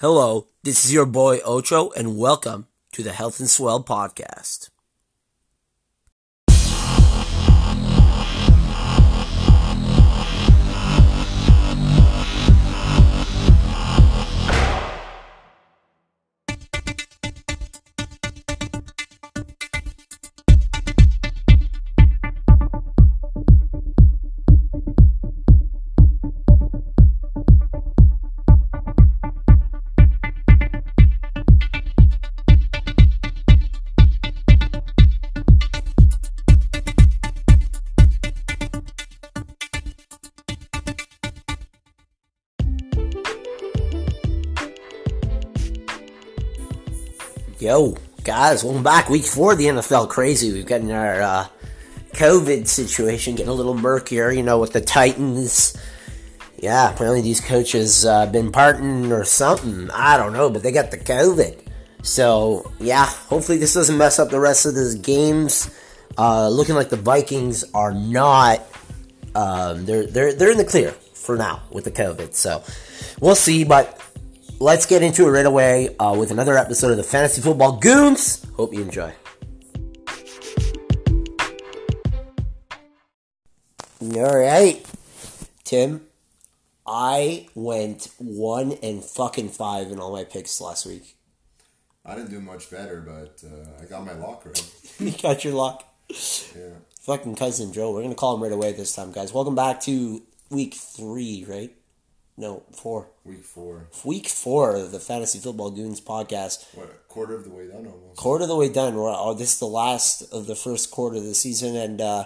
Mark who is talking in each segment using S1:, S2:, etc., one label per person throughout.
S1: Hello, this is your boy Ocho, and welcome to the Health and Swell podcast. Yo, guys, welcome back. Week four of the NFL crazy. We've gotten our uh, COVID situation getting a little murkier, you know, with the Titans. Yeah, apparently these coaches uh, been parting or something. I don't know, but they got the COVID. So, yeah, hopefully this doesn't mess up the rest of these games. Uh, looking like the Vikings are not. Um, they're, they're, they're in the clear for now with the COVID. So, we'll see, but let's get into it right away uh, with another episode of the Fantasy Football Goons. Hope you enjoy. All right, Tim. I went one and fucking five in all my picks last week.
S2: I didn't do much better, but uh, I got my lock right.
S1: you got your luck.
S2: Yeah.
S1: Fucking cousin Joe. We're gonna call him right away this time, guys. Welcome back to week three, right? No, four.
S2: Week four.
S1: Week four of the Fantasy Football Goons podcast.
S2: What? Quarter of the way done almost.
S1: quarter of the way done. We're, oh, this is the last of the first quarter of the season, and uh,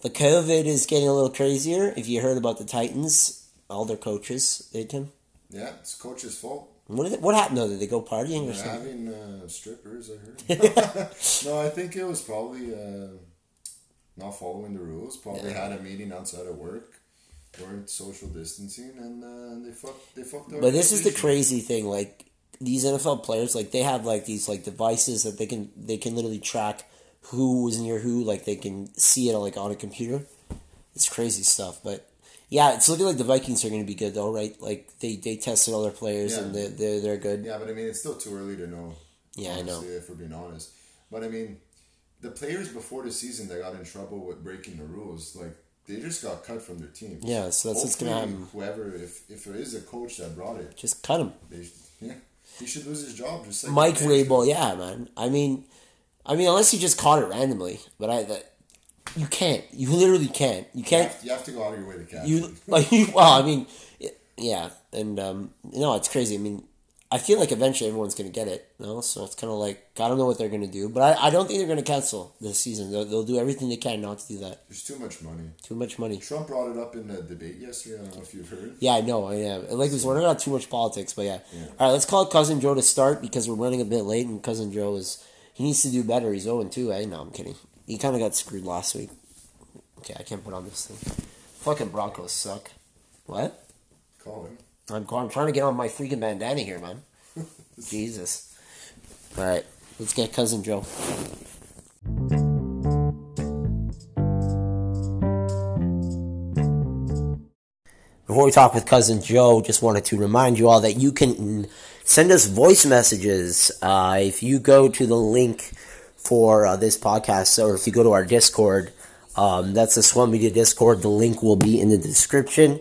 S1: the COVID is getting a little crazier. If you heard about the Titans, all their coaches, they Tim.
S2: yeah, it's coach's fault.
S1: What did they, what happened though? Did they go partying or
S2: They're
S1: something?
S2: having uh, strippers, I heard. no, I think it was probably uh, not following the rules. Probably had a meeting outside of work. Weren't social distancing, and uh, they fucked. They fucked up.
S1: But this is the crazy thing. Like these NFL players, like they have like these like devices that they can they can literally track who was near who. Like they can see it on like on a computer. It's crazy stuff. But yeah, it's looking like the Vikings are going to be good though, right? Like they they tested all their players and
S2: Yeah.
S1: they they're, they're good.
S2: Yeah, but I mean, it's still too early to know.
S1: Yeah, I know.
S2: honestly, If we're being honest, but I mean, the players before the season that got in trouble with breaking the rules, like they just got cut from their team.
S1: Yeah, so that's what's gonna
S2: Hopefully,
S1: happen.
S2: Whoever, if if it is a coach that brought it,
S1: Just cut him,
S2: they sh- yeah, he should lose his job. Just like
S1: Mike Rabel. Yeah, man. I mean, I mean, unless you just caught it randomly, but I that you can't. You literally can't. You
S2: You
S1: can't.
S2: have, you have to go out of your way to catch.
S1: You
S2: You,
S1: like you. Well, I mean, it- yeah, and um, no, it's crazy. I mean, I feel like eventually everyone's gonna get it. No, so it's kind of like I don't know what they're gonna do, but I, I don't think they're gonna cancel this season. They'll, they'll do everything they can not to do that.
S2: There's too much money.
S1: Too much money.
S2: Trump brought it up in the debate yesterday. I don't know if you've heard.
S1: Yeah, I know, I am. And Like, we're not about too much politics, but yeah. All right, let's call Cousin Joe to start because we're running a bit late, and Cousin Joe is he needs to do better. He's 0 2. Eh? No, I'm kidding. He kind of got screwed last week. Okay, I can't put on this thing. Fucking Broncos suck. What?
S2: Call him.
S1: I'm, I'm trying to get on my freaking bandana here, man. Jesus. All right, let's get Cousin Joe. Before we talk with Cousin Joe, just wanted to remind you all that you can send us voice messages uh, if you go to the link for uh, this podcast or if you go to our Discord. Um, that's the Swamp Media Discord. The link will be in the description.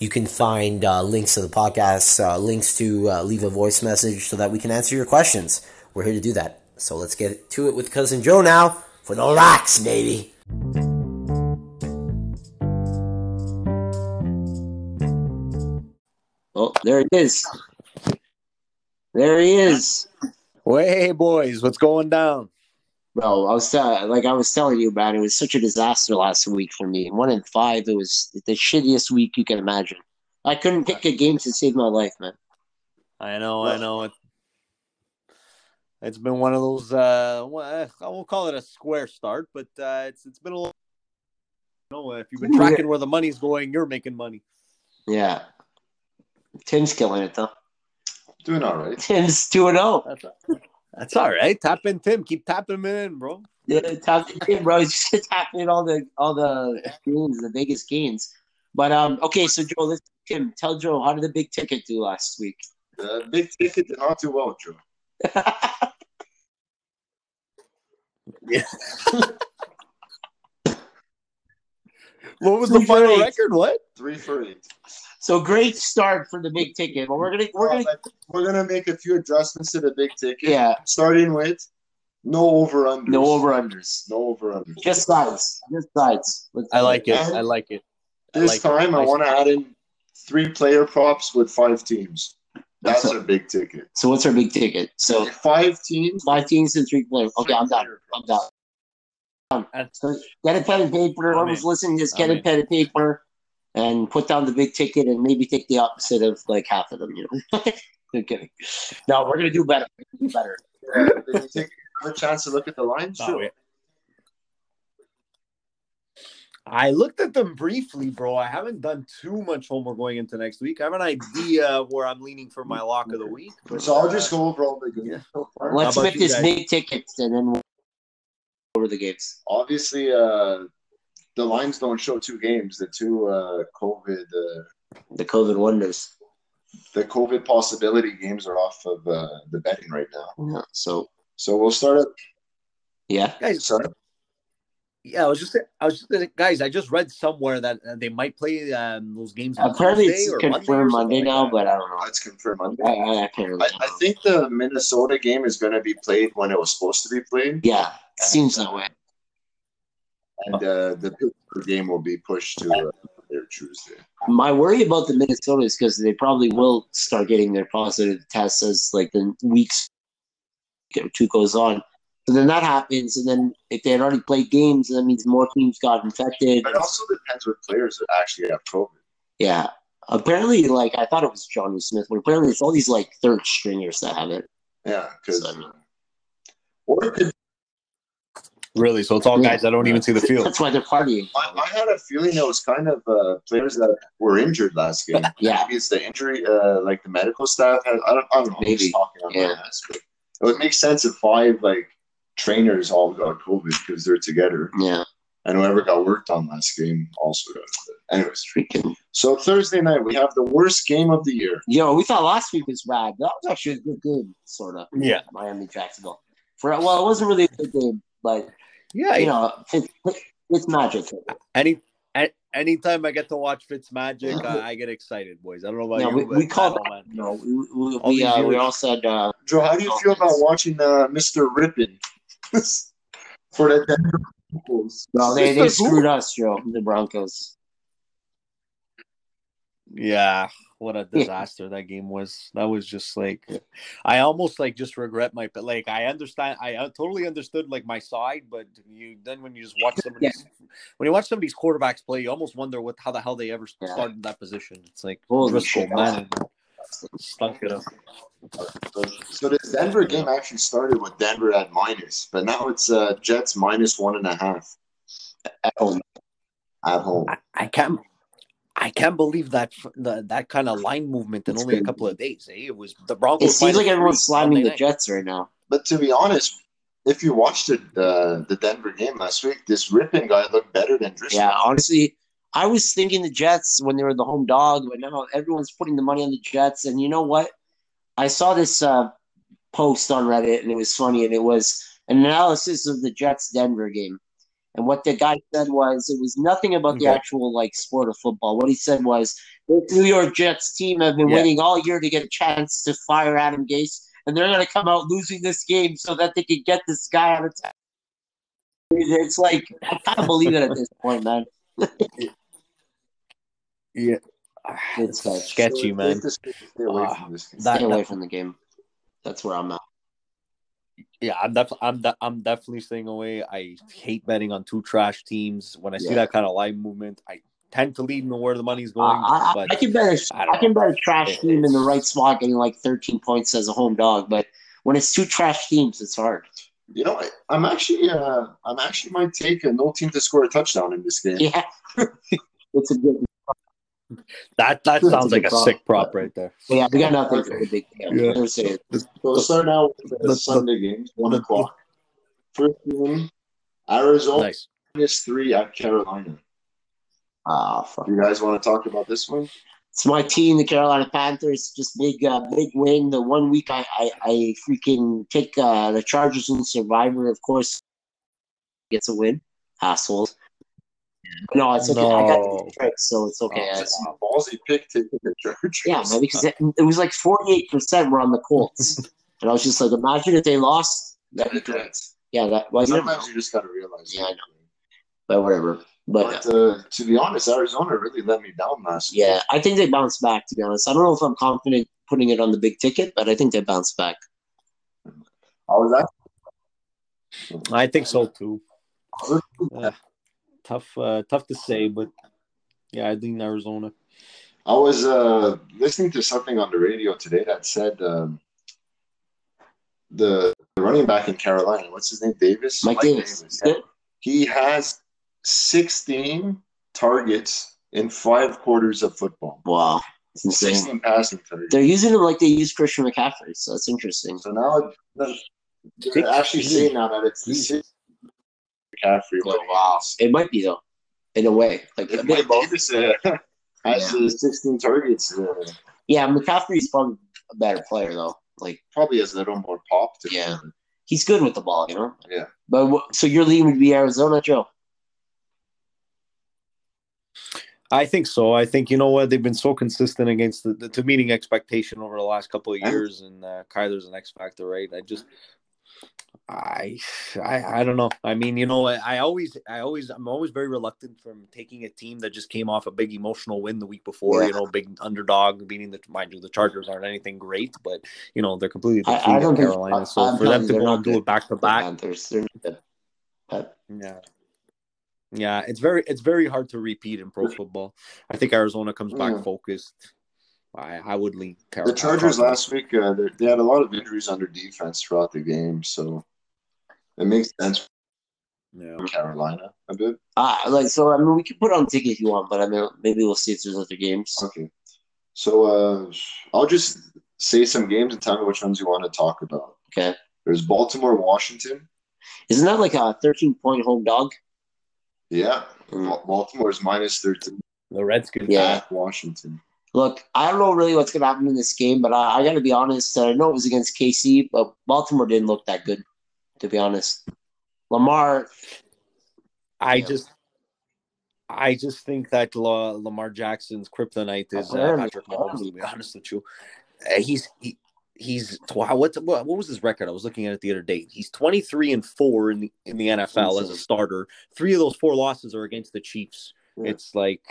S1: You can find uh, links to the podcast, uh, links to uh, leave a voice message so that we can answer your questions. We're here to do that. So let's get to it with Cousin Joe now for the locks, baby.
S3: Oh, there it is. There he is.
S4: Way boys, what's going down?
S3: Bro, I was tell- like I was telling you, man, it was such a disaster last week for me. One in five, it was the shittiest week you can imagine. I couldn't pick a game to save my life, man.
S4: I know, I know. It, it's been one of those. Uh, one- eh, I won't call it a square start, but uh, it's it's been a. Little, you know, if you've been tracking where the money's going, you're making money.
S3: Yeah. Tim's killing it though.
S2: Doing all right.
S3: Tim's two and oh. zero.
S4: That's that's all right. Tap in, Tim. Keep tapping him in, bro.
S3: Yeah, top ten, bro. He's just tapping all the all the gains, the biggest gains. But um, okay, so Joe, let's Tim, tell Joe how did the big ticket do last week?
S5: Uh, big ticket did not do well, Joe.
S4: What was
S3: Three
S4: the final
S3: trades.
S4: record? What?
S5: Three for eight.
S3: So great start for the big ticket, but we're gonna we're
S5: Uh,
S3: gonna
S5: like, we're gonna make a few adjustments to the big ticket.
S3: yeah
S5: Starting with no over under.
S3: no over unders,
S5: No over under.
S3: just sides, just sides. Let's-
S4: I like it.
S5: And-
S4: I like it. I
S5: Uh, This
S4: like it.
S5: time, I
S4: Nice.
S5: want to add in three player props with five teams. That's
S3: So-
S5: a big ticket.
S3: So what's our big ticket? So
S5: Five teams.
S3: five teams and three players. Okay, I'm done.
S5: player
S3: I'm
S5: props.
S3: done. So get a pen and paper.
S4: I'm
S3: Whoever's
S4: in.
S3: listening, just get
S4: I'm
S3: a pen and paper and put down the big ticket and maybe take the opposite of like half of them. You know, no kidding. No, we're gonna do better. We're gonna do better.
S5: Yeah, did you take a chance to look at the line? Sure.
S4: I looked at them briefly, bro. I haven't done too much homework going into next week. I have an idea of where I'm leaning for my lock of the week. but,
S5: so I'll
S4: uh,
S5: just go over all the games
S4: Yeah.
S5: so far.
S3: Let's
S4: about
S3: make
S4: you
S3: this
S4: guys?
S3: big ticket and then we'll over the games.
S5: Obviously, uh, the lines don't show two games. The two uh, COVID, uh,
S3: The COVID wonders.
S5: the COVID possibility games are off of uh, the betting right now.
S3: Yeah, So
S5: So we'll start at
S3: yeah,
S4: guys,
S5: sorry.
S4: yeah, I was just, I was just, guys, I just read somewhere that uh, they might play um, those games. On
S3: apparently
S4: Tuesday
S3: it's
S4: or
S3: Uh, confirmed Monday
S4: Monday, or something
S3: now,
S4: like that.
S3: but I don't know.
S5: Let's confirm Monday.
S3: I, I, apparently,
S5: I, I think the Minnesota game is going to be played when it was supposed to be played,
S3: yeah, it seems that way.
S5: and uh, the Pittsburgh game will be pushed to uh, their Tuesday.
S3: My worry about the Minnesota is because they probably will start getting their positive tests as like the weeks or two goes on. So then that happens, and then if they had already played games, that means more teams got infected.
S5: It also depends what players actually have COVID.
S3: Yeah. Apparently, like I thought it was Johnny Smith, but apparently it's all these like third stringers that have it.
S5: Yeah, because
S3: So, I mean-
S5: or it could,
S4: Really? So it's all
S3: Yeah.
S4: guys that don't even see the field.
S3: That's why they're partying.
S5: I, I had a feeling it was kind of uh, players that were injured last game.
S3: Yeah.
S5: Maybe it's the injury, uh, like the medical staff. Has, I don't, I don't know. I'm
S3: Maybe,
S5: just talking on
S3: yeah.
S5: my ass, but it would make sense if five like trainers all got COVID because they're together,
S3: Yeah.
S5: and whoever got worked on last game also got. It. Anyways,
S3: Freaking.
S5: so Thursday night we have the worst game of the year.
S3: Yo, we thought last week was bad. That was actually a good game, sort of.
S4: Yeah.
S3: Miami Jacksonville. For well, it wasn't really a good game, but
S4: Yeah.
S3: you know, it's, it's magic.
S4: Any a- anytime I get to watch Fitz Magic, I, I get excited, boys. I don't know about
S3: Yeah,
S4: you.
S3: we-
S4: but
S3: we called-
S4: I don't, man.
S3: You know, we, we,
S4: All
S3: we,
S4: these
S3: uh, we
S4: years.
S3: all said uh,
S5: Joe, how do you feel about watching uh, Mister Rippin for the Denver Broncos?
S3: well, they, they
S4: Who?
S3: screwed us, Joe, the Broncos.
S4: Yeah, what a disaster that game was. That was just like, I almost like just regret my, but like I understand, I uh, totally understood like my side, but you then when you just watch somebody's, when you watch somebody's quarterbacks play, you almost wonder what how the hell they ever
S3: Yeah.
S4: started in that position. It's like
S3: Holy
S4: Driscoll,
S3: shit.
S4: man, stunk it up.
S5: So this Denver game actually started with Denver at minus, but now it's uh, Jets minus one and a half
S3: At home.
S5: at home.
S4: I, I can't. I can't believe that f- the, that kind of line movement in
S5: It's
S4: only a
S5: crazy.
S4: couple of days. Eh? It was the
S3: It
S4: Broncos.
S3: seems
S4: minus
S3: like everyone's
S4: three
S3: slamming
S4: Sunday
S3: the
S4: night.
S3: Jets right now.
S5: But to be honest, if you watched it, uh, the Denver game last week, this Rippin guy looked better than Driscoll.
S3: Yeah, honestly, I was thinking the Jets when they were the home dog, but now everyone's putting the money on the Jets. And you know what? I saw this uh, post on Reddit, and it was funny, and it was an analysis of the Jets Denver game. And what the guy said was, it was nothing about the
S4: Okay.
S3: actual like sport of football. What he said was, the New York Jets team have been
S4: Yeah.
S3: waiting all year to get a chance to fire Adam Gase, and they're going to come out losing this game so that they can get this guy out of town. It's like I can't believe it at this point, man.
S4: Yeah, Ah,
S3: It's, uh,
S4: sketchy,
S5: So
S4: man.
S5: it's just- Stay
S3: Uh-huh.
S5: away
S4: Ah,
S5: from this game.
S4: that-
S3: Stay away from the game. That's where I'm at.
S4: Yeah, I'm def- I'm de- I'm definitely staying away. I hate betting on two trash teams. When I see
S3: Yeah.
S4: that kind of line movement, I tend to lean to where the money's
S3: I,
S4: going.
S3: I-
S4: but
S3: I can bet a,
S4: I
S3: I,
S4: don't
S3: can
S4: know.
S3: bet a trash team in the right spot getting like 13 points as a home dog, but when it's two trash teams, it's hard.
S5: You know, I, I'm actually, uh, I'm actually might take a no team to score a touchdown in this game.
S3: Yeah, it's a good.
S4: that that
S3: That's
S4: sounds
S3: a
S4: like
S3: good
S4: a
S3: prop.
S4: sick prop right there.
S3: Yeah, we got nothing for the big game.
S4: Yeah.
S3: Thursday.
S5: So we'll start now with the
S4: The- the-
S5: Sunday games, one
S4: the-
S5: o'clock. First game, Arizona
S4: Nice.
S5: minus three at Carolina.
S3: Ah, fuck.
S5: You guys want to talk about this one?
S3: it's my team, the Carolina Panthers. Just big, uh, big win. The one week I, I, I freaking take uh, the Chargers and Survivor, of course, gets a win. Assholes. No, it's okay. I got
S5: No.
S3: the trick, so it's
S5: Okay,
S4: Oh,
S3: okay. I-
S5: that's a Uh, ballsy pick to the Chargers.
S3: yeah, man, because it, it was like forty-eight percent were on the Colts, and I was just like, imagine if they lost. That'd be great. Yeah, that was
S5: Sometimes you just got to realize.
S3: Yeah, I
S5: that.
S3: but whatever. But
S5: But uh, to be honest, Arizona really let me down last year.
S3: Yeah, I think they bounce back. To be honest, I don't know if I'm confident putting it on the big ticket, but I think they bounce back.
S5: I was actually
S4: I think so too. Uh, tough, uh, tough to say, but yeah, I think Arizona.
S5: I was uh, listening to something on the radio today that said um, the, the running back in Carolina, what's his name, Davis?
S3: Mike Davis.
S5: yeah. He has 16 targets in five quarters of football.
S3: Wow, it's insane.
S5: 16 passing targets.
S3: They're using him like they use Christian McCaffrey, so that's interesting.
S5: So now they're actually saying now that it's the sixth McCaffrey.
S3: Yeah, wow. It might be though, in a way, like a
S5: If
S3: bit
S5: Mike
S3: of both.
S5: Davis uh, has uh, 16 targets, uh,
S3: Yeah, McCaffrey's probably a better player though. Like
S5: probably has a little more pop to
S3: Yeah.
S5: him.
S3: he's good with the ball, you know.
S5: Yeah.
S3: But wh- so your lead would be Arizona, Joe.
S4: I think so. I think you know what they've been so consistent against the, the to meeting expectation over the last couple of years, and uh, Kyler's an X factor, right? I just, I, I, I don't know. I mean, you know, I, I always, I always, I'm always very reluctant from taking a team that just came off a big emotional win the week before. You know, big underdog beating the mind you, the Chargers aren't anything great, but you know they're completely
S3: I- I
S4: defeated
S3: don't think-
S4: Carolina.
S3: I-
S4: so
S3: I'm
S4: for
S3: telling
S4: them
S3: you,
S4: to
S3: they're
S4: go
S3: not
S4: and do
S3: good.
S4: it back to back,
S3: Panthers, they're not good. But
S4: yeah. Yeah, it's very it's very hard to repeat in pro football. I think Arizona comes back
S5: Yeah.
S4: focused. I I would lean
S5: Hmm. The
S4: Carolina.
S5: Chargers last week, uh, they- they had a lot of injuries under defense throughout the game, so it makes sense
S4: Yeah.
S5: for Carolina a bit.
S3: uh, like so, I mean, we can put on ticket if you want, but I mean, maybe we'll see if there's other games.
S5: Okay, so uh, I'll just say some games and tell me which ones you want to talk about.
S3: Okay.
S5: There's Baltimore, Washington.
S3: Isn't that like a 13 point home dog?
S5: Yeah, Ba- Baltimore's minus thirteen
S4: The Redskins.
S3: Mm. Yeah.
S5: at Washington.
S3: Look, I don't know really what's going to happen in this game, but I, I got to be honest. I know it was against KC, but Baltimore didn't look that good, to be honest. Lamar,
S4: I
S3: Yeah.
S4: just I just think that La, Lamar Jackson's kryptonite is uh,
S3: Apparently,
S4: Patrick Mahomes. To be honest with you, uh, he's he, he's tw- what what what was his record? I was looking at it the other day. He's twenty three and four in the, in the NFL as a starter. Three of those four losses are against the Chiefs.
S5: Yeah.
S4: It's like.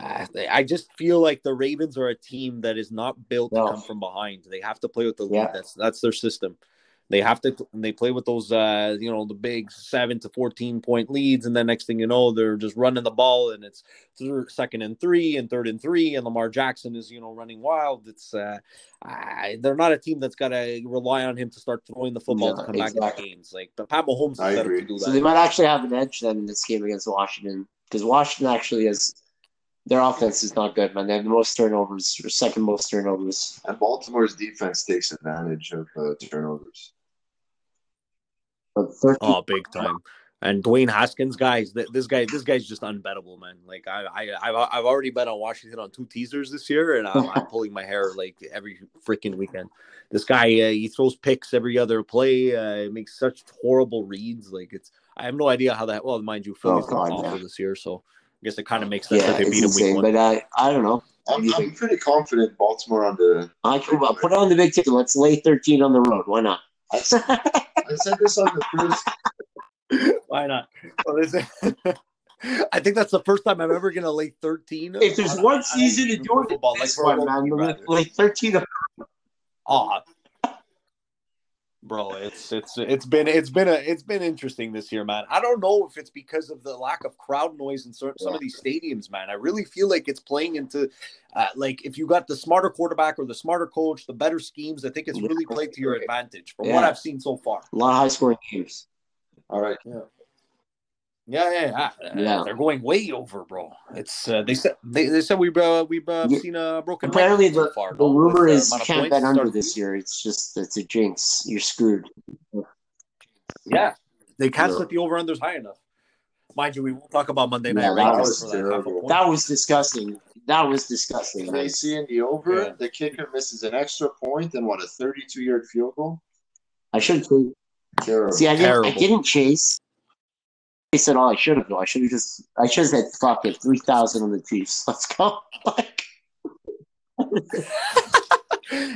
S4: Uh, I just feel like the Ravens are a team that is not built
S3: No.
S4: to come from behind. They have to play with the lead.
S3: Yeah.
S4: That's that's their system. They have to they play with those uh you know the big seven to fourteen point leads, and then next thing you know they're just running the ball, and it's thir- second and three and third and three, and Lamar Jackson is you know running wild. It's uh I, they're not a team that's got to rely on him to start throwing the football
S3: Yeah,
S4: to come back into
S3: exactly.
S4: games. Like the Pat Mahomes is
S5: I
S4: set up
S5: agree.
S4: to do
S3: so they
S4: that.
S3: might actually have an edge then in this game against Washington because Washington actually is their offense is not good, man. They have the most turnovers, or second most turnovers.
S5: And Baltimore's defense takes advantage of uh, turnovers.
S3: But 13,
S4: Oh, big time. And Dwayne Haskins, guys, th- this guy, this guy's just unbettable, man. Like I, I, I've, I've already bet on Washington on two teasers this year, and I'm, I'm pulling my hair like every freaking weekend. This guy, uh, he throws picks every other play. Uh, he makes such horrible reads. Like it's, I have no idea how that. Well, mind you, Philly's
S3: Oh,
S4: been
S3: God,
S4: awful
S3: yeah.
S4: this year, so I guess it kind of makes sense
S3: yeah,
S4: that they
S3: it's
S4: beat him week
S3: insane.
S4: one.
S3: But I, I don't know.
S5: I'm,
S3: You
S5: I'm pretty confident Baltimore on the.
S3: I can I'll put on the big ticket. Let's lay 13 on the road. Why not?
S5: I said, I said this on the first
S4: Why not? Well, this- I think that's the first time I'm ever gonna lay 13.
S3: If there's
S4: on-
S3: one
S4: on
S3: season to
S4: any
S3: do it,
S4: football,
S3: this
S4: for a
S3: one, man.
S4: rookie, rather.
S3: Like 13
S4: Ah. Bro, it's it's it's been it's been a it's been interesting this year, man. I don't know if it's because of the lack of crowd noise in certain, some of these stadiums, man. I really feel like it's playing into uh, like if you got the smarter quarterback or the smarter coach, the better schemes. I think it's really played to your advantage from what
S3: Yeah.
S4: I've seen so far.
S3: A lot of high scoring games.
S5: All right.
S4: Yeah, yeah, yeah. Uh,
S3: Yeah.
S4: They're going way over, bro. It's uh, they said they, they said we've uh, we've uh,
S3: Yeah.
S4: seen a broken record
S3: Apparently,
S4: so
S3: the,
S4: far,
S3: the
S4: no? With
S3: rumor is
S4: amount
S3: you
S4: of
S3: can't
S4: points
S3: bet under
S4: started-
S3: this year. It's just, it's a jinx. You're screwed.
S4: Yeah, they can't
S3: Yeah.
S4: set the over unders high enough. Mind you, we won't talk about Monday night.
S3: Yeah, that
S4: Rankings
S5: was
S4: for half a
S5: terrible.
S4: point.
S3: That was disgusting. That was disgusting.
S5: They see in the over,
S4: Yeah.
S5: the kicker misses an extra point and what a 32 yard field goal.
S3: I should have.
S5: Terrible.
S3: See, I didn't, I
S4: Terrible.
S3: didn't chase. Chase at all. I should have. though. I should have just. I should have said, "Fuck it, three thousand on the Chiefs. Let's go." Like,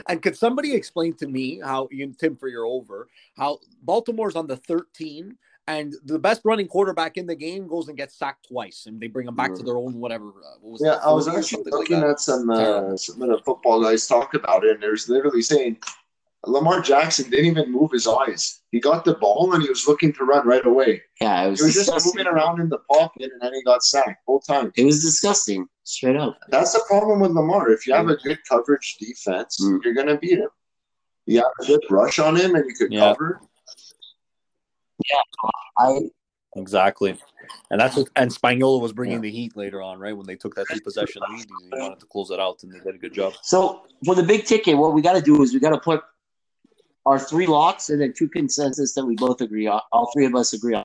S4: and could somebody explain to me how you Tim for your over how Baltimore's on the 13 and the best running quarterback in the game goes and gets sacked twice and they bring him back to their own whatever uh, what was it,
S5: Yeah, I was
S4: 40 or
S5: actually
S4: something like
S5: looking
S4: that.
S5: at some
S4: Terrible.
S5: uh, some of the football guys talk about it, and there's literally saying Lamar Jackson didn't even move his eyes. He got the ball and he was looking to run right away.
S3: yeah, it was.
S5: He was just
S3: disgusting.
S5: moving around in the pocket, and then he got sacked both times.
S3: It was disgusting, straight up.
S5: That's the problem with Lamar. If you have a good coverage defense,
S3: Mm.
S5: you're gonna beat him. You have a good rush on him, and you could
S4: Yeah.
S5: cover.
S3: I
S4: Exactly. And that's what, and Spagnola was bringing the heat later on, right? When they took that two possession lead, he wanted to close it out, and they did a good job.
S3: so for the big ticket, what we got to do is we got to put our three locks and then two consensus that we both agree on. All three of us agree on,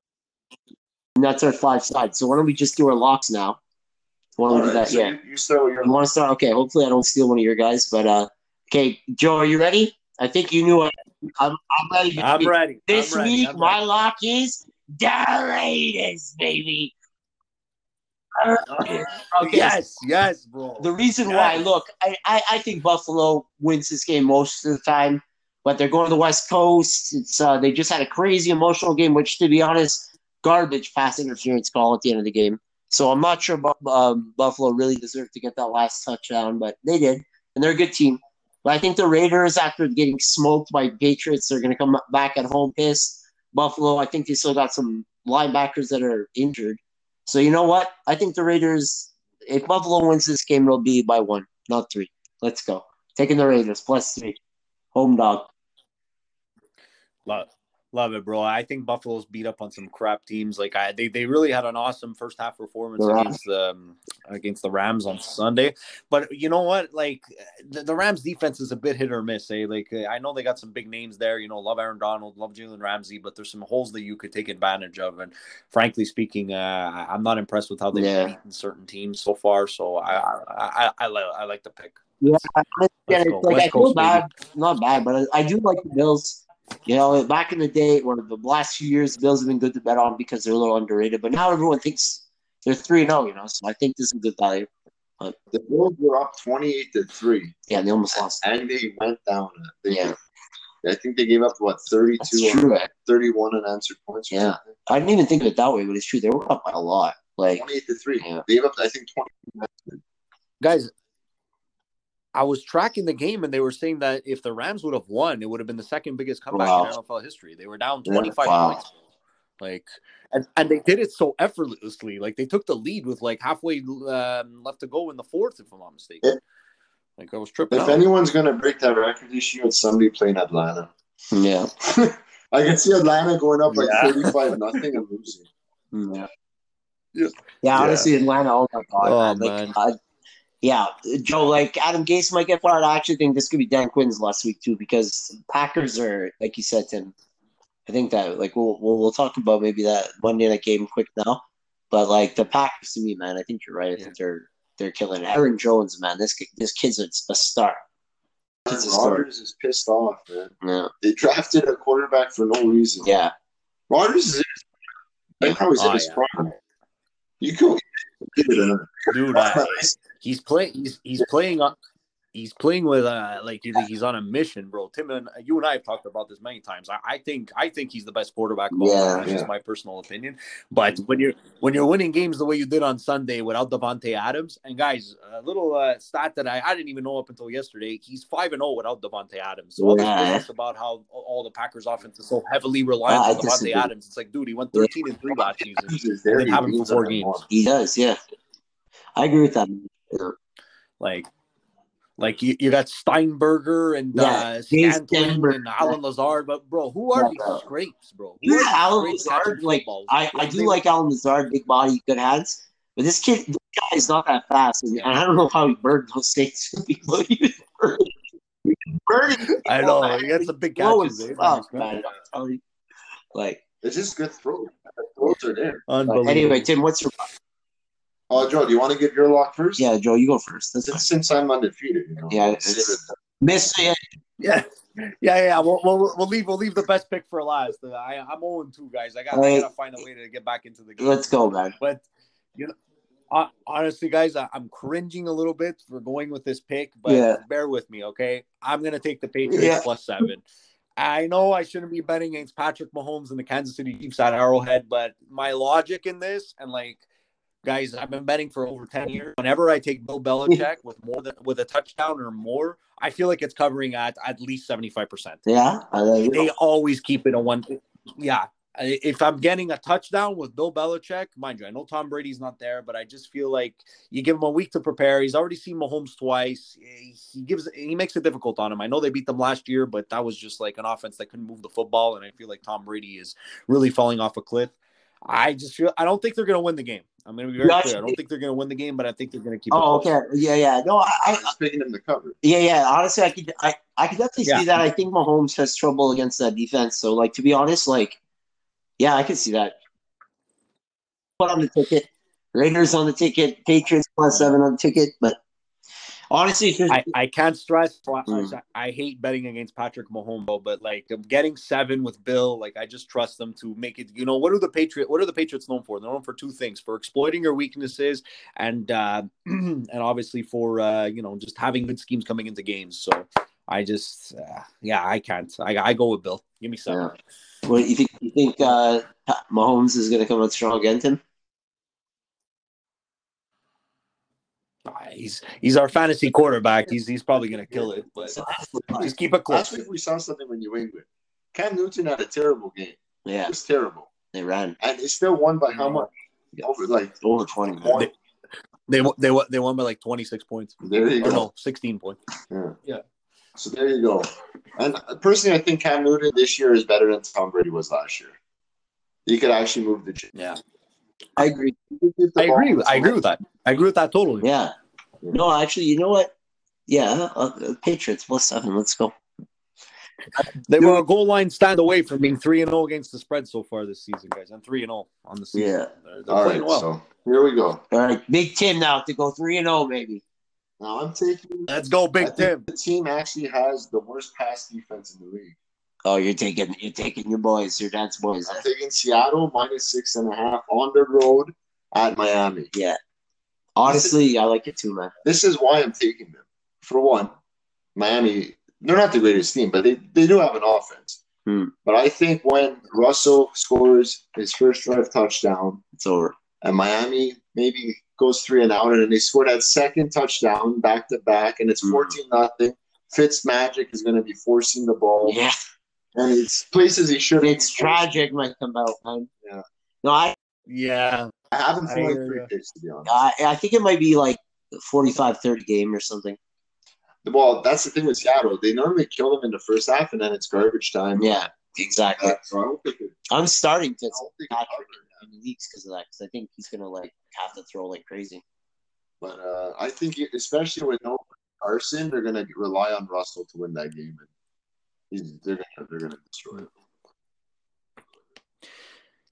S3: and that's our five sides. So why don't we just do our locks now? Why don't we do
S5: Alright,
S3: that?
S5: so
S3: yeah.
S5: you, you start with your
S3: You want to start? Okay. Hopefully, I don't steal one of your guys. But uh, okay, Joe, are you ready? I think you knew. I, I'm, I'm ready.
S4: I'm ready.
S3: This
S4: I'm ready.
S3: week,
S4: I'm
S3: my
S4: ready.
S3: lock is the Raiders, baby. All right. Okay.
S4: Yes, yes, bro.
S3: The reason why,
S4: Yes.
S3: look, I, I, I think Buffalo wins this game most of the time, but they're going to the West Coast. It's uh, they just had a crazy emotional game, which, to be honest, garbage pass interference call at the end of the game. So I'm not sure Bu- um, Buffalo really deserved to get that last touchdown, but they did, and they're a good team. But I think the Raiders, after getting smoked by Patriots, they're going to come back at home pissed. Buffalo, I think they still got some linebackers that are injured. So you know what? I think the Raiders if Buffalo wins this game, it'll be by one, not three. Let's go. Taking the Raiders plus three, home dog.
S4: Love, love it, bro. I think Buffalo's beat up on some crap teams. Like I, they, they really had an awesome first half performance
S3: The Rams.
S4: against the um, against the Rams on Sunday. But you know what? Like the, the Rams defense is a bit hit or miss. Eh? Like I know they got some big names there. You know, love Aaron Donald, love Jalen Ramsey, but there's some holes that you could take advantage of. And frankly speaking, uh, I- I'm not impressed with how they've
S3: Yeah.
S4: beaten certain teams so far. So I, I, I, I, li- I like the pick.
S3: Yeah, I- yeah,
S4: Let's
S3: it's
S4: go.
S3: like
S4: West
S3: I feel
S4: Coast, baby.
S3: bad, not bad, but I, I do like the Bills. You know, back in the day, or the last few years, Bills have been good to bet on because they're a little underrated. But now everyone thinks they're three and zero. You know, so I think this is good value.
S5: the Bills were up twenty eight to three,
S3: Yeah, they almost lost.
S5: and they went down. They,
S3: Yeah.
S5: I think they gave up what thirty
S3: That's
S5: two
S3: true. I,
S5: 31 unanswered points. or
S3: Yeah.
S5: something.
S3: I didn't even think of it that way, but it's true. They were up by a lot. Like,
S5: 28 to 3.
S3: Yeah.
S5: They gave up, I think, 20.
S4: guys i was tracking the game and they were saying that if the rams would have won it would have been the second biggest comeback in
S3: Wow.
S4: nfl history they were down
S5: Yeah,
S4: 25
S3: wow.
S4: points like and, and they did it so effortlessly like they took the lead with like halfway um, left to go in the fourth if i'm not mistaken like i was tripping
S5: If
S4: out.
S5: anyone's going to break that record this year, it's somebody playing Atlanta.
S3: yeah,
S5: I can see Atlanta going up like
S4: Yeah.
S5: 35 nothing and losing.
S3: yeah,
S4: Yeah.
S3: yeah. Honestly, Atlanta. Oh my god.
S4: Oh,
S3: man. Like,
S4: man.
S3: I- Yeah, Joe, like Adam Gase might get fired. I actually think this could be Dan Quinn's last week too, because Packers are like you said, Tim. I think that like we'll we'll, we'll talk about maybe that Monday night game quick now, but like the Packers to me, man, I think you're right. I think they're they're killing it. Aaron Jones, man. This ki- this kid's a, a star.
S5: Aaron
S3: It's a story.
S5: Rodgers is pissed off, man.
S3: Yeah,
S5: They drafted a quarterback for no reason.
S3: yeah,
S5: Rodgers is in his Right now, he's in
S4: Oh,
S5: his
S4: yeah.
S5: prime. You go.
S4: dude I, he's playing he's he's playing on he's playing with uh like he- he's on a mission bro tim and uh, you and i have talked about this many times i, I think i think he's the best quarterback of all
S3: Yeah,
S4: time. that's
S5: yeah.
S4: just my personal opinion but when you're when you're winning games the way you did on sunday without devonte adams and guys a little uh, stat that I, I didn't even know up until yesterday he's 5 and 0 without devonte adams so all this
S3: Yeah.
S4: BS about how all the packers offense is so heavily reliant
S3: I
S4: on
S3: disagree.
S4: devonte adams it's like dude he went 13 and 3 last season
S5: there.
S4: It
S5: He
S4: happened for
S5: leads
S4: four
S5: them
S4: games.
S5: on.
S3: he does. Yeah, I agree with that. Yeah.
S4: like like you, you got Steinberger and
S3: Yeah,
S4: uh,
S3: James
S4: Scantling
S3: Steinberger.
S4: and Alan Lazard, but bro, who are
S3: Yeah,
S4: these
S3: bro.
S4: scrapes, bro? Who
S3: Yeah,
S4: are these
S3: Alan
S4: scrapes catching
S3: Lazard. Like
S4: footballs?
S3: I, I do like Alan Lazard, big body, good hands. But this kid, this guy is not that fast, and, and I don't know how he burned those things. People, he burned it.
S4: I know he had some big
S3: Low
S4: catches.
S3: as
S4: eh?
S3: fuck, man. I'm telling you. Like
S5: It's just good throw. The throws are there.
S4: Unbelievable.
S3: Anyway, Tim, what's your
S5: Oh, Joe, do you want to give your lock first?
S3: yeah, Joe? You go first. That's fine.
S5: Since, since I'm undefeated, you know.
S3: Yeah,
S5: Save
S3: it's-
S5: it.
S3: Miss yeah,
S4: yeah, yeah, yeah. We'll, we'll, we'll leave we'll leave the best pick for last. I, I'm 0 2, guys. I got I gotta find a way to get back into the game.
S3: Let's go, man.
S4: But you know, hon- honestly, guys, I, I'm cringing a little bit for going with this pick, but
S3: Yeah.
S4: bear with me, okay? I'm gonna take the Patriots
S3: Yeah.
S4: plus seven. I know I shouldn't be betting against Patrick Mahomes and the Kansas City Chiefs at Arrowhead, but my logic in this and like. Guys, I've been betting for over ten years. Whenever I take Bill Belichick with more than with a touchdown or more, I feel like it's covering at at least seventy five percent
S3: Yeah, Uh, I love
S4: they
S3: you.
S4: always keep it a one. Yeah. I- If I'm getting a touchdown with Bill Belichick, mind you, I know Tom Brady's not there, but I just feel like you give him a week to prepare. He's already seen Mahomes twice. He gives, he makes it difficult on him. I know they beat them last year, but that was just like an offense that couldn't move the football, and I feel like Tom Brady is really falling off a cliff. I just feel I don't think they're going to win the game. I'm going to be very
S3: No, I
S4: clear. I don't
S3: think-
S4: think they're going to win the game, but I think they're going to keep. it
S3: Oh,
S4: close.
S3: okay. Yeah, yeah. No, I,
S5: I
S3: I
S5: was just picking him to cover.
S3: yeah, yeah. Honestly, I could I, I could definitely
S4: Yeah.
S3: see that. I think Mahomes has trouble against that defense. So, like to be honest, like yeah, I could see that. Put on the ticket. Raiders on the ticket. Patriots plus seven on the ticket. But honestly, it's just,
S4: I, I can't stress. I,
S3: Mm.
S4: I hate betting against Patrick Mahomes, though, but like I'm getting seven with Bill. Like I just trust them to make it. You know what are the Patriot? What are the Patriots known for? They're known for two things: for exploiting your weaknesses, and uh, and obviously for uh, you know just having good schemes coming into games. So I just uh, yeah, I can't. I, I go with Bill. Give me seven.
S3: yeah. What you think? You think uh, Mahomes is going to come out strong against him?
S4: Ah, He's he's our fantasy quarterback. He's he's probably gonna kill it, but just keep it
S5: Last
S4: close.
S5: week we saw something with New England. Cam Newton had a terrible game. It
S3: Yeah,
S5: was terrible,
S3: they ran
S5: and he still won by how much? Over like
S3: over twenty. man.
S5: one.
S4: They won- they won- they won by like twenty six points.
S5: There you
S4: Or
S5: go.
S4: no, sixteen points.
S5: So there you go. And uh, personally, I think Cam Newton this year is better than Tom Brady was last year. He could actually move the. ch-
S4: Yeah.
S3: I agree.
S5: he could get the
S4: I agree.
S5: ball.
S4: With, I agree with that. I agree with that totally.
S3: Yeah. No, actually, you know what? Yeah, uh, uh, Patriots plus seven. Let's go.
S4: They were a goal line stand away from being three and zero against the spread so far this season, guys. I'm three and zero on the season.
S3: Yeah.
S4: They're, they're
S5: All
S4: playing
S5: right,
S4: well.
S5: so here we go.
S3: All right, Big Ten now to go three and zero, baby.
S5: Now I'm taking.
S4: Let's go,
S5: I
S4: Big
S5: think
S4: Tim.
S5: The team actually has the worst pass defense in the league.
S3: Oh, you're taking you're taking your boys, your dad's boys.
S5: I'm taking Seattle minus six and a half on the road at Miami.
S3: Honestly, I like it too, man.
S5: This is why I'm taking them. For one, Miami, they're not the greatest team, but they, they do have an offense.
S3: Hmm.
S5: But I think when Russell scores his first drive touchdown
S3: It's over.
S5: and Miami maybe goes three and out and then they score that second touchdown back to back and it's
S3: Hmm.
S5: 14 nothing. Fitz Magic is going to be forcing the ball
S3: Yeah,
S5: and it's places he shouldn't.
S3: it's tragic might come out, man.
S5: Yeah.
S3: No, I
S4: Yeah,
S5: I haven't
S4: I
S5: seen like
S4: hear
S5: three
S4: ya.
S5: picks to be honest.
S3: I, I think it might be like 45-30 game or something.
S5: Well, that's the thing with Seattle. They normally kill them in the first half, and then it's garbage time.
S3: Yeah, exactly.
S5: Uh, so I don't think it,
S3: I'm starting to
S5: I don't think it
S3: Patrick in the leagues because of that. Because I think he's gonna like have to throw like crazy.
S5: but uh, I think it- especially with no Carson, they're going to rely on Russell to win that game, and he's, they're going to they're going to destroy it.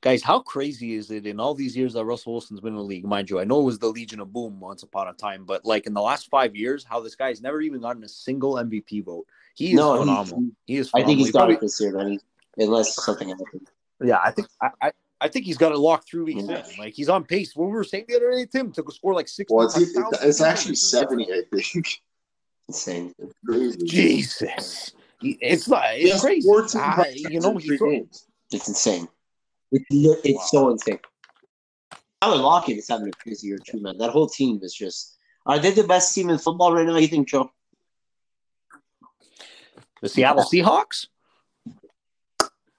S4: guys, how crazy is it in all these years that Russell Wilson's been in the league? Mind you, I know it was the Legion of Boom once upon a time, but like in the last five years, how this guy's never even gotten a single MVP vote. He is
S3: No, he-
S4: phenomenal. He, is.
S3: I
S4: Phenomenal.
S3: think he's
S4: He
S3: got
S4: probably-
S3: it this year, man. Unless something happens.
S4: Yeah, I think I, I, I think he's got it locked through week
S3: Yeah.
S4: seven. Like he's on pace. What we were saying the other day, Tim, to score like six.
S5: Well, it's, it- it's actually seventy, I think.
S3: Insane.
S5: Crazy.
S4: Jesus, He- it's not.
S5: He
S4: It's
S5: has
S4: crazy.
S5: 14
S4: I,
S5: touchdowns
S4: you know,
S5: in
S4: he
S5: three
S4: throw-
S5: games.
S3: It's insane. It's, li- it's so insane. Tyler Lockett is having a crazy year too, man. That whole team is just. Are they the best team in football right now? You think, Joe?
S4: the Seattle Seahawks.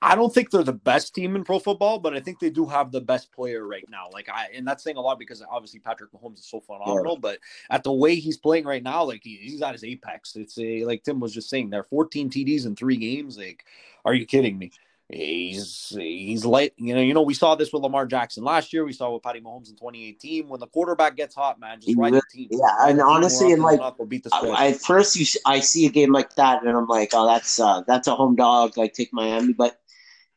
S4: I don't think they're the best team in pro football, but I think they do have the best player right now. Like I, and that's saying a lot because obviously Patrick Mahomes is so phenomenal, but at the way he's playing right now, like he, he's at his apex. It's a like Tim was just saying, there are 14 TDs in three games. Like, are you kidding me? He's he's light. You know, you know, we saw this with Lamar Jackson last year. We saw with Patty Mahomes in 2018. When the quarterback gets hot, man, just
S3: He
S4: ride the team.
S3: Yeah,
S4: Ride
S3: and
S4: the team. We're
S3: honestly, and,
S4: up to the
S3: like,
S4: top. We'll beat the
S3: I,
S4: spread.
S3: I- at first you s- I see a game like that and I'm like, oh, that's uh, that's a home dog. Like take Miami, but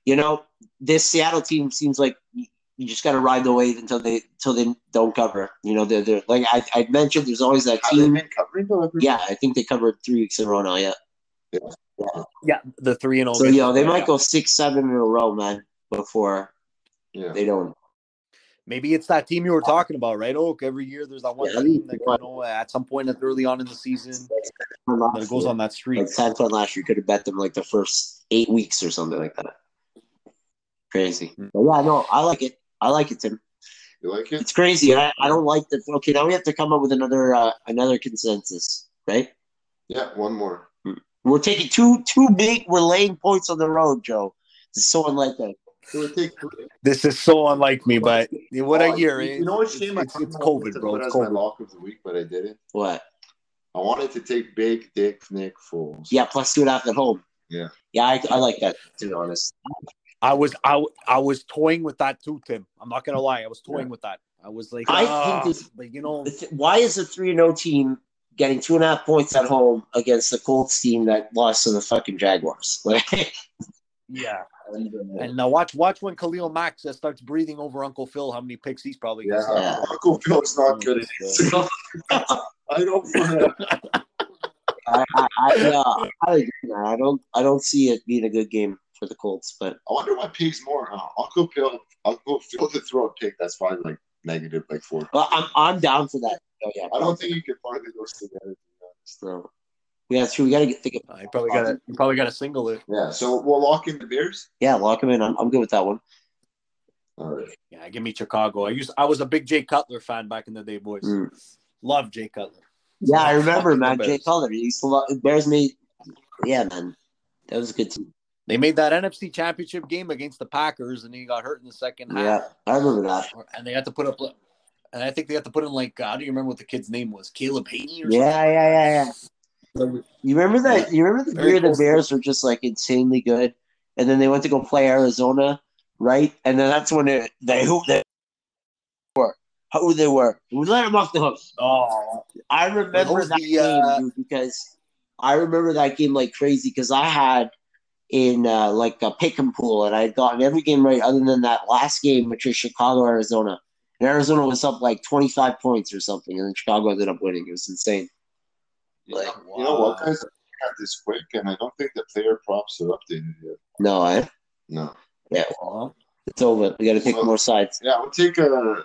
S3: you know, this Seattle team seems like you just got to ride the wave until they until they don't cover. You know, they're, they're like I, I mentioned. There's always that
S5: Have
S4: Mm-hmm.
S5: they
S3: team.
S5: been covering though? every-
S3: Yeah, I think they covered three weeks in a row now. Yeah,
S4: Yeah, the three and all.
S3: so you know they might go six, seven in a row, man, before
S5: Yeah.
S3: they don't.
S4: Maybe it's that team you were talking about, right? Oak. Every year there's that one
S3: Yeah.
S4: team that you know at some point that's early on in the season that it goes on that streak.
S3: Like Sanford last year could have bet them like the first eight weeks or something like that. Crazy.
S4: Hmm.
S3: But yeah, no, I like it. I like it, Tim.
S5: You like it?
S3: It's crazy. I, I don't like the okay. Now we have to come up with another uh, another consensus, right?
S5: Yeah, one more.
S3: We're taking two two big. We're laying points on the road, Joe. It's so unlike that.
S5: It would take
S4: This is so unlike me, but what
S5: Oh,
S4: a year!
S5: You,
S4: eh?
S5: you know what shame? I
S4: It's, it's
S5: forgot
S4: COVID,
S5: to
S4: bro.
S5: Put
S4: It's
S5: as my
S4: COVID.
S5: lock of the week, but I didn't.
S3: What?
S5: I wanted to take Big Dick Nick Foles.
S3: Yeah, plus two and a half at home.
S5: Yeah.
S3: Yeah, I, I like that to be honest.
S4: I was I, w- I was toying with that too, Tim. I'm not gonna lie, I was toying with that. I was like,
S3: I
S4: ah,
S3: think this-
S4: like you know,
S3: The th- Why is a three and zero team getting two and a half points at home against the Colts team that lost to the fucking Jaguars? Like,
S4: yeah. And now watch watch when Khalil Mack just starts breathing over Uncle Phil. How many picks he's probably?
S5: Yeah,
S4: gonna Oh, see.
S3: Yeah.
S5: Uncle Phil's not good at his. I don't.
S3: I, I, I, yeah, I, agree, man. I don't, I don't see it being a good game for the Colts, but
S5: I wonder what pays more. Uh, Uncle Phil, Uncle Phil to throw a pick. That's probably like negative, like four.
S3: well, I'm, I'm down for that. Oh yeah,
S5: I don't think you can find those together.
S3: so. Yeah, it's true. We gotta get think of
S4: I Uh, probably got to probably got to single it.
S5: Yeah, so we'll lock in the Bears.
S3: yeah, lock him in. I'm, I'm good with that one.
S5: All right.
S4: Yeah, give me Chicago. I used I was a big Jay Cutler fan back in the day, boys.
S3: Mm.
S4: Love Jay Cutler.
S3: Yeah, I
S4: Fucking
S3: remember, man.
S4: the
S3: Jay
S4: Bears.
S3: Cutler. He used to love Bears made. Yeah, man, that was a good team.
S4: They made that NFC Championship game against the Packers, and he got hurt in the second
S3: Yeah,
S4: half.
S3: I remember that.
S4: And they had to put up, and I think they had to put in like I don't even remember what the kid's name was, Caleb Haney or
S3: Yeah, yeah, yeah, yeah.
S4: something.
S3: You remember that? You remember the
S4: Very
S3: year the
S4: close.
S3: Bears were just like insanely good, and then they went to go play Arizona, right? And then that's when it, they who they were, who they were. We let them off the hook.
S4: Oh,
S3: I remember
S4: Those
S3: that
S4: the, uh,
S3: game dude, because I remember that game like crazy because I had in uh, like a pick and pool and I had gotten every game right other than that last game, which was Chicago Arizona. And Arizona was up like 25 points or something, and then Chicago ended up winning. It was insane.
S5: You know, you know what, guys? I got this quick, and I don't think the player props are updated yet.
S3: No, I,
S5: No.
S4: well,
S3: it's over. We got to take
S5: Well,
S3: more sides.
S5: Yeah, we'll take uh,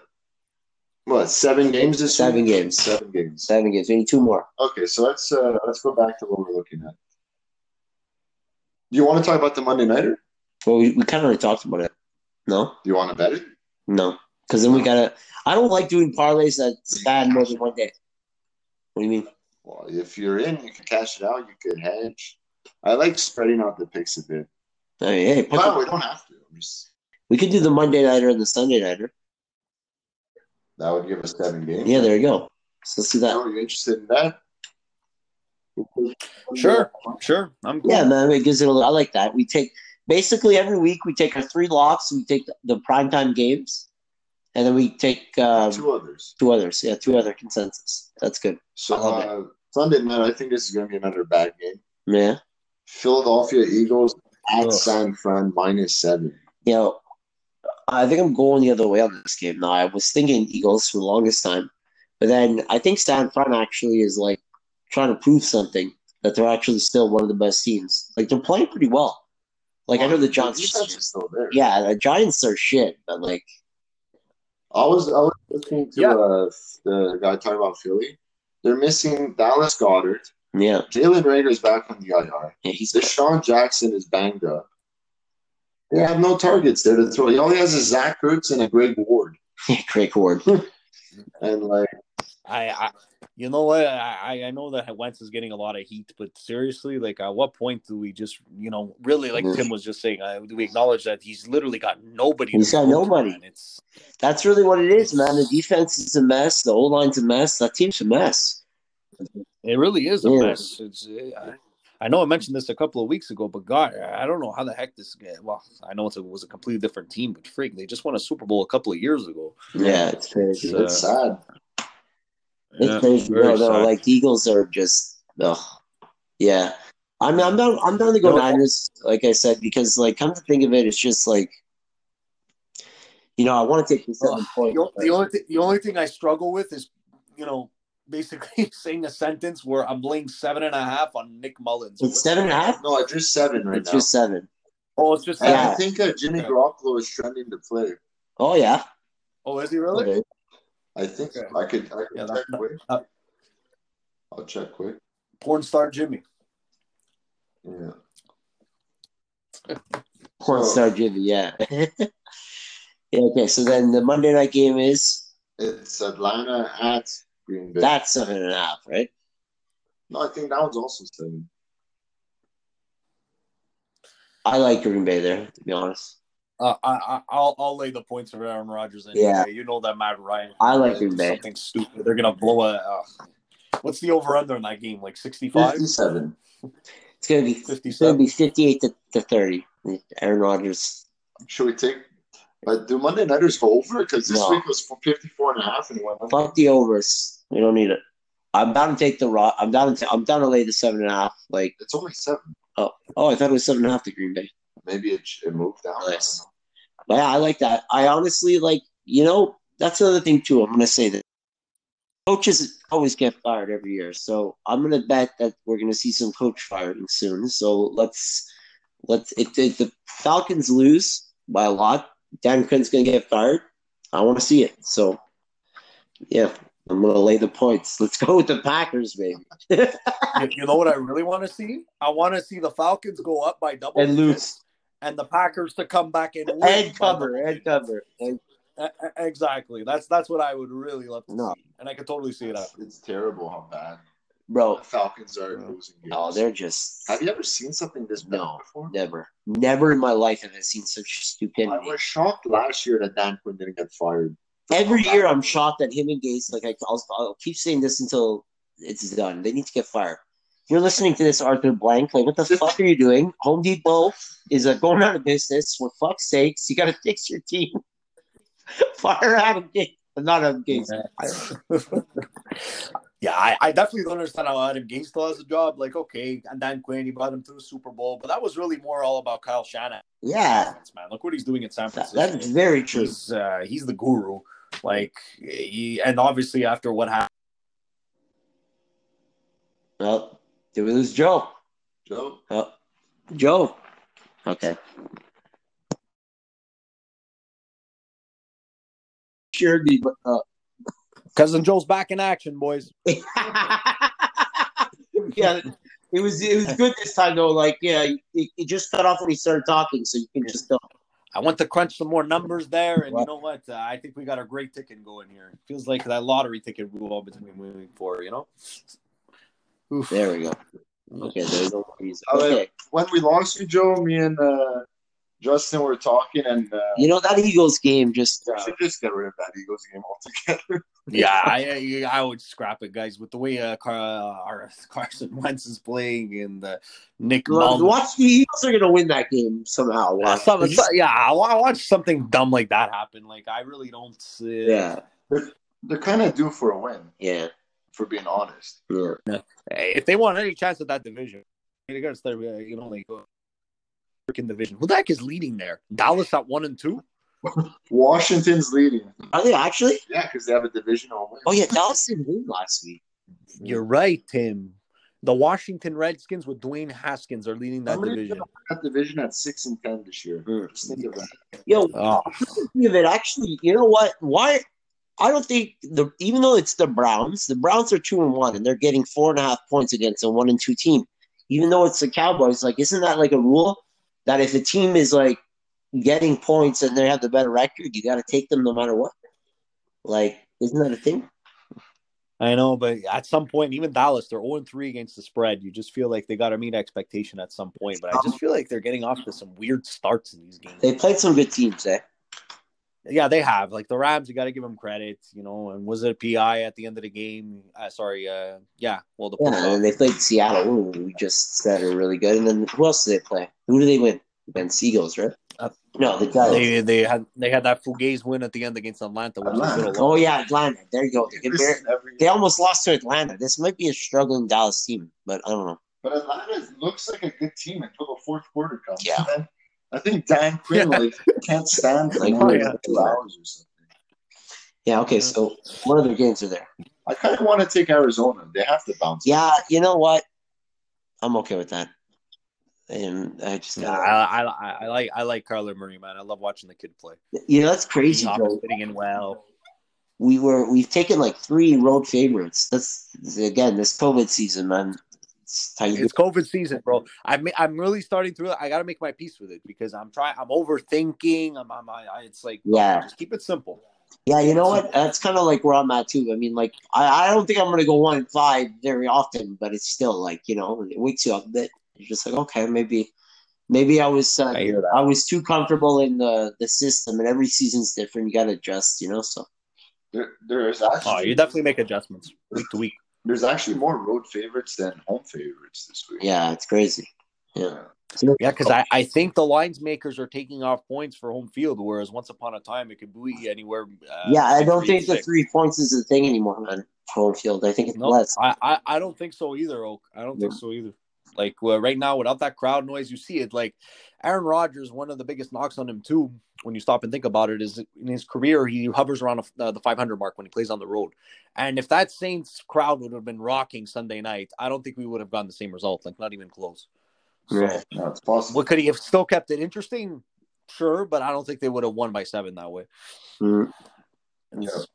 S5: what seven games this
S3: Seven
S5: week?
S3: games.
S5: Seven games.
S3: Seven games. We need two more.
S5: Okay, so let's uh, let's go back to what we're looking at. Do you want to talk about the Monday nighter?
S3: Well, we, we kind of already talked about it. No,
S5: Do you want to bet it?
S3: no, because then we gotta. I don't like doing parlays that span more than one day. What do you mean?
S5: Well, if you're in, you can cash it out. You can hedge. I like spreading out the picks a bit.
S3: I mean, hey, put
S5: But
S3: the,
S5: we don't have to. I'm just-
S3: we could do the Monday nighter and the Sunday nighter.
S5: that would give us seven games.
S3: Yeah, there you go. So let's do that.
S5: Are you interested in that?
S4: sure, sure. I'm cool.
S3: Yeah, man, it gives it a little. I like that. We take basically every week we take our three locks, we take the, the primetime games, and then we take um,
S5: Two others.
S3: two others. Yeah, two other consensus. That's good.
S5: So
S3: I love
S5: uh, Sunday night, I think this is going to be another bad game.
S3: Yeah.
S5: Philadelphia Eagles at
S4: Ugh.
S5: San Fran minus seven.
S3: You know, I think I'm going the other way on this game now. I was thinking Eagles for the longest time, but then I think San Fran actually is like trying to prove something that they're actually still one of the best teams. Like they're playing pretty well. Like I know the Giants.
S5: The
S3: are
S5: defense is still there.
S3: yeah, the Giants are shit, but like,
S5: I was I was listening to
S4: Yeah.
S5: uh, the guy talking about Philly. They're missing Dallas Goddard.
S3: yeah,
S5: Jalen Rager is back on the IR.
S3: yeah he's
S5: Deshaun Jackson is banged up. They have no targets there to throw. He only has a Zach Ertz and a Greg Ward.
S3: Craig Ward.
S5: And like,
S4: I, I, you know what? I, I- I know that Wentz is getting a lot of heat, but seriously, like, at what point do we just, you know, really, like
S3: Mhm.
S4: Tim was just saying, uh, do we acknowledge that he's literally got nobody? to
S3: He's got
S4: throw to,
S3: nobody.
S4: man? It's
S3: That's really what it is, man. The defense is a mess. The old line's a mess. That team's a mess.
S4: it really is a
S3: Yeah.
S4: mess. It's, uh, I, I know I mentioned this a couple of weeks ago, but God, I don't know how the heck this. guy- Well, I know it's a, it was a completely different team, but freak, they just won a Super Bowl a couple of years ago.
S3: Yeah, it's crazy.
S4: So-
S5: it's sad.
S3: It's crazy.
S4: very
S3: No, no,
S4: sad.
S3: like the Eagles are just, ugh. yeah. I'm I'm down I'm down to go
S4: No.
S3: Niners, like I said, because like come to think of it, it's just like you know I want to take the seven point.
S4: The, o- the only th- the only thing I struggle with is, you know, basically saying a sentence where I'm laying seven and a half on Nick Mullins.
S3: it's seven and a half.
S5: No, I drew seven right
S3: it's
S5: now.
S3: just seven.
S4: Oh, it's just
S5: And
S3: Yeah.
S5: I think uh, Jimmy
S4: Okay.
S5: Garoppolo is trending to play.
S3: Oh yeah.
S4: Oh, is he really?
S3: Okay.
S5: I think
S4: Okay.
S5: I could. I could
S4: Yeah,
S5: check
S4: that-
S5: quick.
S4: that-
S5: I'll check quick.
S4: Porn star Jimmy.
S5: Yeah.
S3: Porn
S5: So-
S3: star Jimmy. Yeah. yeah. Okay. So then the Monday night game is
S5: It's Atlanta at Green Bay.
S3: that's seven and a half, right?
S5: no, I think that one's also seven.
S3: I like Green Bay there, to be honest.
S4: Uh, I, I I'll I'll lay the points for Aaron Rodgers. Anyway.
S3: Yeah.
S4: you know that Matt Ryan.
S3: I like Green Bay.
S4: Something stupid. They're gonna blow a. Uh, what's the over under in that game? Like 65?
S5: Fifty-seven.
S3: It's gonna be it's gonna
S4: 57?
S3: be fifty eight to, to thirty. Aaron Rodgers.
S5: Should we take? But do Monday Nighters go over? Because this
S3: No.
S5: week was for 54 and a half and it went under.
S3: Fuck the overs. We don't need it. I'm down to take the rock. I'm down to I'm down to lay the seven and a half. Like
S5: It's only seven.
S3: oh, I thought it was seven and a half to Green Bay.
S5: Maybe it, it moved down. I don't
S3: Nice.
S5: know.
S3: But yeah, I like that. I honestly like, you know, that's another thing too. I'm gonna say that coaches always get fired every year, so I'm gonna bet that we're gonna see some coach firing soon. So let's let's if, if the Falcons lose by a lot, Dan Quinn's gonna get fired. I want to see it. So yeah, I'm gonna lay the points. Let's go with the Packers, baby,
S4: You, you know what I really want to see? I want to see the Falcons go up by double
S3: and
S4: digits
S3: lose
S4: and the Packers to come back and win
S3: and
S4: by
S3: cover and
S4: double digits.
S3: cover. And
S4: E- e- Exactly. That's that's what I would really love to
S3: No.
S4: see, and I could totally see it.
S5: It's,
S4: happening.
S5: it's terrible how bad
S3: bro,
S5: the Falcons are
S4: Yeah.
S5: losing games.
S3: no, they're just
S5: Have you ever seen something this bad
S3: No.
S5: before?
S3: Never. Never in my life have I seen such
S5: I
S3: stupidity.
S5: was shocked last year that Dan Quinn didn't get fired.
S3: Every year I'm shocked that him and Gates, like, I, I'll, I'll keep saying this until it's done. They need to get fired. You're listening to this, Arthur Blank. Like, what the fuck are you doing? Home Depot is uh, going out of business. For fuck's sakes, you got to fix your team. Fire Adam Gates. Not Adam Gates.
S4: yeah, I, I definitely don't understand how Adam Gates still has a job. Like, okay, and Dan Quinn, he brought him to the Super Bowl, but that was really more all about Kyle Shanahan.
S3: Yeah,
S4: Man, look what he's doing in San
S3: that,
S4: Francisco.
S3: that's very true.
S4: he's uh, he's the guru. Like, he, and obviously after what happened,
S3: Well, do we lose Joe?
S5: Joe,
S3: Oh, Joe. Okay. Sure, be, but, uh,
S4: cousin Joe's back in action, boys.
S3: yeah, it was it was good this time though. Like, yeah, it, it just cut off when he started talking, so you can just go.
S4: I want to crunch some more numbers there, and you know what? Uh, I think we got a great ticket going here. Feels like that lottery ticket we all between moving four. You know,
S3: There we go. Okay, there's no worries.
S5: Oh, yeah.
S3: Okay,
S5: when we lost you, Joe, me and uh, Justin were talking, and uh,
S3: you know that Eagles game just.
S5: we
S3: Uh,
S5: should just get rid of that Eagles game altogether.
S4: yeah, I, I I would scrap it, guys, with the way uh, Car- uh, our- Carson Wentz is playing and uh, Nick Mullins.
S3: watch the Eagles are gonna win that game somehow.
S4: Uh,
S3: Watch.
S4: some- some- yeah, I wa- I watched something dumb like that happen. Like I really don't. Uh,
S3: yeah,
S5: They're kind of due for a win,
S3: yeah,
S5: for being honest.
S3: yeah.
S4: If they want any chance at that division, they got to start. uh, You know, like uh, freaking division. Who the heck is leading there? Dallas at one and two.
S5: Washington's leading.
S3: Are they actually?
S5: Yeah, because they have a divisional win.
S3: Oh yeah, Dallas didn't win last week.
S4: You're right, Tim. The Washington Redskins with Dwayne Haskins are leading that
S5: Somebody's
S4: division.
S5: That division at six and ten this year.
S3: Hmm.
S5: Just think of that.
S3: Yo,
S4: Oh,
S3: think of it, actually, you know what? Why? I don't think the even though it's the Browns, the Browns are two and one, and they're getting four and a half points against a one and two team. Even though it's the Cowboys, like, isn't that like a rule that if a team is like getting points and they have the better record, you got to take them no matter what? Like, isn't that a thing?
S4: I know, but at some point, even Dallas, they're 0 3 against the spread. You just feel like they got to meet expectation at some point. But I just feel like they're getting off to some weird starts in these games.
S3: They played some good teams, eh?
S4: Yeah, they have. Like the Rams, you got to give them credit, you know. And was it a PI at the end of the game? Uh, sorry. Uh, yeah. Well, the
S3: Yeah, and then they played Seattle, who we just said are really good. And then who else did they play? Who do they win? Against Eagles, right?
S4: Uh,
S3: no, the Giants.
S4: they they had they had that Fugaze win at the end against Atlanta, which was a
S5: Atlanta.
S4: little
S3: Oh yeah, Atlanta. There you go. They,
S5: This is every
S3: they almost lost to Atlanta. This might be a struggling Dallas team, but I don't know.
S5: But Atlanta looks like a good team until the fourth quarter comes.
S3: Yeah.
S5: And I think Dan Quinn like can't stand for
S3: Like,
S5: more
S3: yeah.
S5: than two hours or something.
S3: Yeah, okay,
S4: Mm-hmm.
S3: so what other games are there?
S5: I kind of want to take Arizona. They have to bounce.
S3: Yeah, you know what? I'm okay with that. And I just uh,
S4: Nah,
S3: gotta,
S4: I, I, I like I like Carla Murray, man. I love watching the kid play.
S3: you know that's crazy,
S4: He's
S3: Joe.
S4: fitting in well.
S3: We were we've taken like three road favorites. That's again this COVID season, man. It's how you do
S4: It's COVID season, bro. I'm I'm really starting to. real- I got to make my peace with it because I'm trying. I'm overthinking. I'm, I'm I, I- it's like
S3: Yeah.
S4: just keep it simple.
S3: Yeah, you know what? That's kind of like where I'm at too. I mean, like I, I don't think I'm gonna go one and five very often, but it's still like you know it wakes you up a bit. You're just like, okay, maybe, maybe I was uh,
S4: I hear that.
S3: I was too comfortable in the the system, and every season's different. You got to adjust, you know. So
S5: There, there is
S4: Oh,
S5: actually
S4: you definitely make adjustments week to week.
S5: there's actually more road favorites than home favorites this week.
S3: yeah, it's crazy. Yeah,
S4: Yeah, because I, I think the lines makers are taking off points for home field, whereas once upon a time it could be anywhere. Uh,
S3: yeah. I don't
S4: three
S3: think
S4: to
S3: the
S4: six.
S3: three points is a thing anymore, man. Pro field. I think it's
S4: No,
S3: less.
S4: I, I, I don't think so either, Oak. I don't think so either. Like well, right now, without that crowd noise, you see it. Like Aaron Rodgers, one of the biggest knocks on him too, when you stop and think about it, is in his career he hovers around uh, the 500 mark when he plays on the road. And if that Saints crowd would have been rocking Sunday night, I don't think we would have gotten the same result. Like not even close. So
S3: Right.
S5: No, it's possible.
S4: what could he have still kept it interesting? Sure, but I don't think they would have won by seven that way.
S3: Mm.
S4: It's-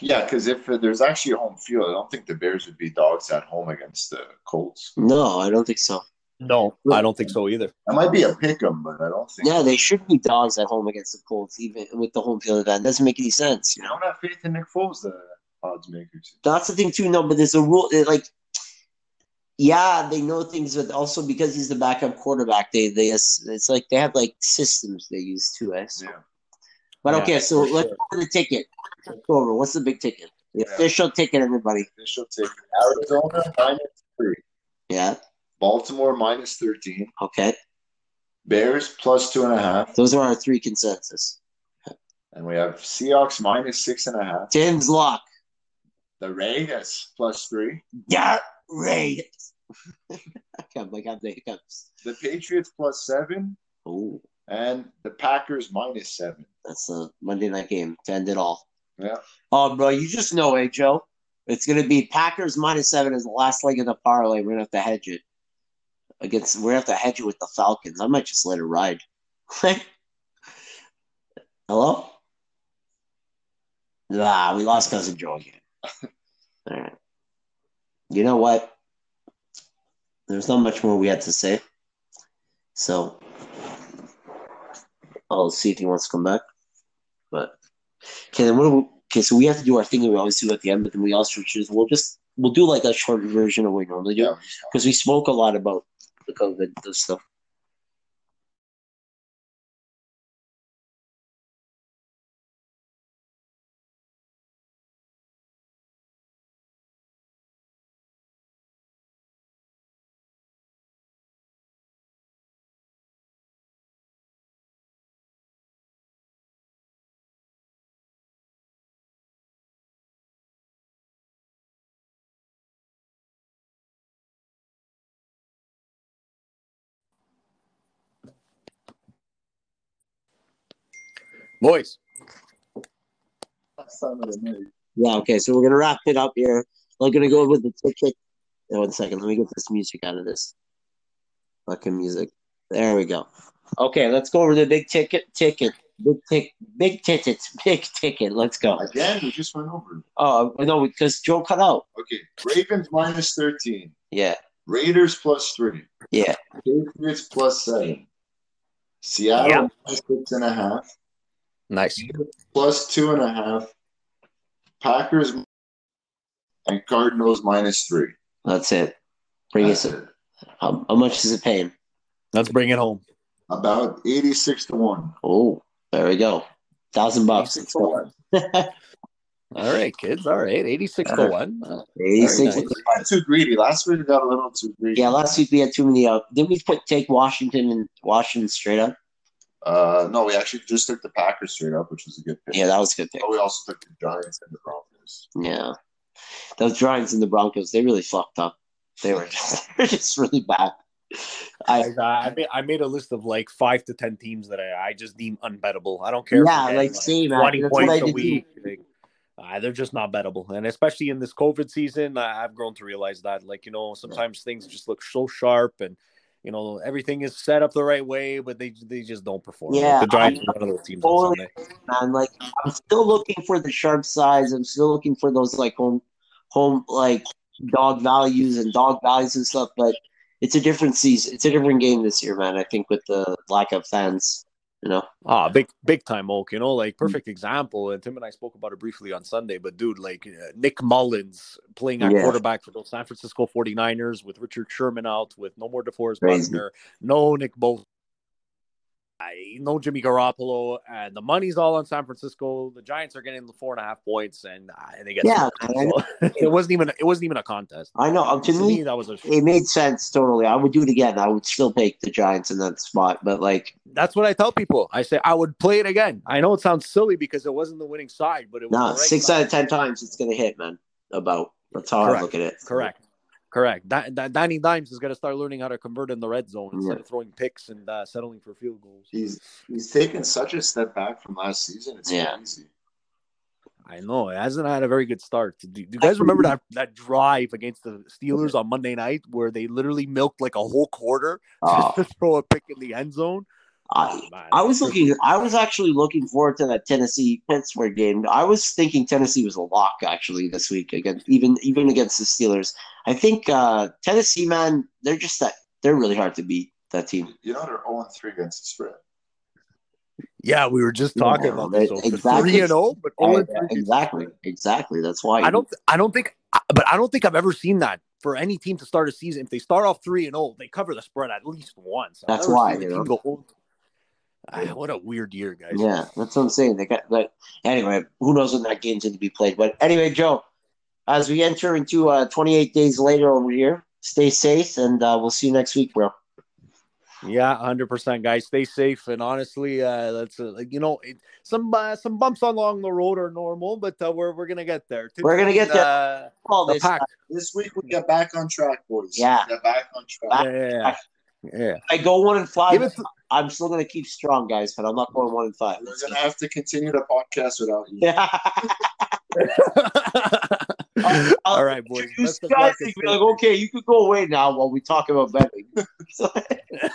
S5: Yeah, because if there's actually a home field, I don't think the Bears would be dogs at home against the Colts.
S3: No, I don't think so.
S4: No, I don't think so either.
S5: That might be a pick 'em, but I don't think.
S3: Yeah, they should be dogs at home against the Colts, even with the home field event. Doesn't make any sense.
S5: You don't have faith in Nick Foles, the odds makers.
S3: that's the thing too. No, but there's a rule. it, Like, yeah, they know things, but also because he's the backup quarterback, they they it's like they have like systems they use too. Eh? So-
S5: Yeah.
S3: But
S4: Yeah,
S3: okay, so
S4: for
S3: let's
S4: sure.
S3: go over the ticket. Let's go over. What's the big ticket? The
S5: Yeah.
S3: official ticket, everybody.
S5: Official take Arizona minus three,
S3: Yeah.
S5: Baltimore minus 13,
S3: Okay.
S5: Bears plus two and a half,
S3: Those are our three consensus.
S5: and we have Seahawks minus six and a half,
S3: Tim's lock.
S5: the Raiders plus three,
S3: Yeah. Right. I'm like have the hiccups.
S5: the Patriots plus seven,
S3: Oh,
S5: and the Packers minus seven.
S3: that's a Monday night game to end it all.
S5: Yeah.
S3: Oh, bro, you just know, eh, Joe? It's going to be Packers minus seven is the last leg of the parlay. We're going to have to hedge it. Against, we're going to have to hedge it with the Falcons. I might just let it ride. Hello? Nah, we lost Cousin Joe again. All right. You know what? There's not much more we had to say. So I'll see if he wants to come back. But Okay, then what do we, okay, so we have to do our thing that we always do at the end, but then we also choose. We'll just we'll do like a short version of what we normally do
S5: Yeah.
S3: because we spoke a lot about the COVID the stuff.
S4: Boys,
S5: Last time of the night.
S3: Yeah, okay, so we're gonna wrap it up here. We're gonna go with the ticket. Oh, one second, let me get this music out of this fucking music. There we go. Okay, let's go over the big ticket, ticket, big tick, big ticket, big ticket. Let's go.
S5: Again, we just went over.
S3: Oh no, because Joe cut out.
S5: Okay, Ravens minus 13,
S3: Yeah,
S5: Raiders plus three,
S3: yeah,
S5: Patriots plus seven, Seattle
S4: Yeah.
S5: minus six and a half,
S4: nice.
S5: plus two and a half, Packers and Cardinals minus three.
S3: that's it. Bring us.
S5: That's it.
S3: How, how much is it paying?
S4: Let's bring it home.
S5: About 86 to 1.
S3: Oh, there we go. Thousand bucks. Let's go.
S4: All right, kids. All right, eighty-six to one. Uh,
S3: Eighty-six.
S4: Very nice.
S5: We got too greedy. Last week we got a little too greedy.
S3: Yeah, last week we had too many. Uh, didn't we put take Washington and Washington straight up?
S5: Uh, no, we actually just took the Packers straight up, which was a good pick.
S3: Yeah, that was a good pick.
S5: But we also took the Giants and the Broncos.
S3: Yeah, those Giants and the Broncos—they really fucked up. They were just, they were just really bad. I,
S4: I, uh, I, made, I made a list of like five to ten teams that I, I just deem unbettable. I don't care. if
S3: yeah,
S4: we had,
S3: like same. man.
S4: twenty
S3: That's what
S4: points
S3: I
S4: a
S3: did too.
S4: week. like, uh, they're just not bettable, and especially in this COVID season, I, I've grown to realize that. Like you know, sometimes things just look so sharp, and you know everything is set up the right way, but they they just don't perform. Like,
S3: Yeah,
S4: the Giants
S3: I'm
S4: were one of those teams.
S3: totally-
S4: on Sunday.
S3: man. Like I'm still looking for the sharp sides. I'm still looking for those like home, home like dog values and dog values and stuff. But it's a different season. It's a different game this year, man. I think with the lack of fans, you know.
S4: Ah, big big time, Oak. You know, like
S3: Mm.
S4: perfect example. And Tim and I spoke about it briefly on Sunday, but dude, like uh, Nick Mullins playing at
S3: Yeah.
S4: quarterback for those San Francisco 49ers with Richard Sherman out, with no more DeForest
S3: Crazy.
S4: Buckner, no Nick Bosa, I- no Jimmy Garoppolo, and the money's all on San Francisco. The Giants are getting the four and a half points, and uh, they get
S3: Yeah,
S4: smoked.
S3: man.
S4: So, it wasn't even it wasn't even a contest.
S3: I know. Um, to
S4: To me,
S3: me,
S4: that was a
S3: it made sense totally. I would do it again. I would still take the Giants in that spot, but like,
S4: that's what I tell people. I say I would play it again. I know it sounds silly because it wasn't the winning side, but it was
S3: no,
S4: the right
S3: six
S4: side.
S3: out of ten times it's gonna hit, man. About that's how I
S4: Correct.
S3: look at it.
S4: Correct. Correct. That, that Danny Dimes is going to start learning how to convert in the red zone instead of throwing picks and uh, settling for field goals.
S5: He's he's taken such a step back from last season. It's
S3: Yeah.
S5: crazy.
S4: I know it hasn't had a very good start. Do, do you guys remember that that drive against the Steelers on Monday night where they literally milked like a whole quarter
S3: Oh,
S4: just to throw a pick in the end zone?
S3: I,
S4: Oh, man.
S3: I was looking. I was actually looking forward to that Tennessee Pittsburgh game. I was thinking Tennessee was a lock actually this week against even even against the Steelers. I think uh, Tennessee, man, they're just that they're really hard to beat. That team.
S5: You know they're 0 3 against the spread.
S4: Yeah, we were just talking
S3: Yeah,
S4: about this.
S3: they-
S4: So
S3: exactly.
S4: three and zero, but
S3: I-
S4: zero
S3: exactly, exactly. That's why
S4: Oh, I don't. I don't think. I- But I don't think I've ever seen that for any team to start a season. If they start off three and zero, they cover the spread at least once. I've
S3: That's
S4: never
S3: why,
S4: seen
S3: you
S4: the
S3: know?
S4: team go. oh, ah, what a weird year, guys.
S3: Yeah, that's what I'm saying. They got but anyway, who knows when that game's gonna be played. But anyway, Joe, as we enter into uh, 28 days later over here, stay safe and uh, we'll see you next week, bro.
S4: Yeah, hundred percent, guys. Stay safe, and honestly, uh, that's uh, like you know, it, some uh, some bumps along the road are normal, but uh, we're we're gonna get there.
S3: We're gonna get there.
S4: Uh,
S3: All
S4: the
S3: this
S4: pack.
S5: This week we get back on track, boys.
S3: Yeah.
S5: We get back on track.
S4: Yeah, yeah, yeah. yeah.
S3: I go one and
S4: Give
S3: five.
S4: it.
S3: I'm still gonna keep strong, guys, but I'm not going one and five.
S5: We're gonna have to continue the podcast without you.
S3: Yeah,
S4: All right, boys.
S3: You
S4: Best of luck
S3: guys
S4: and
S3: think
S4: stay
S3: you're like,
S4: safe.
S3: okay, you could go away now while we talk about betting.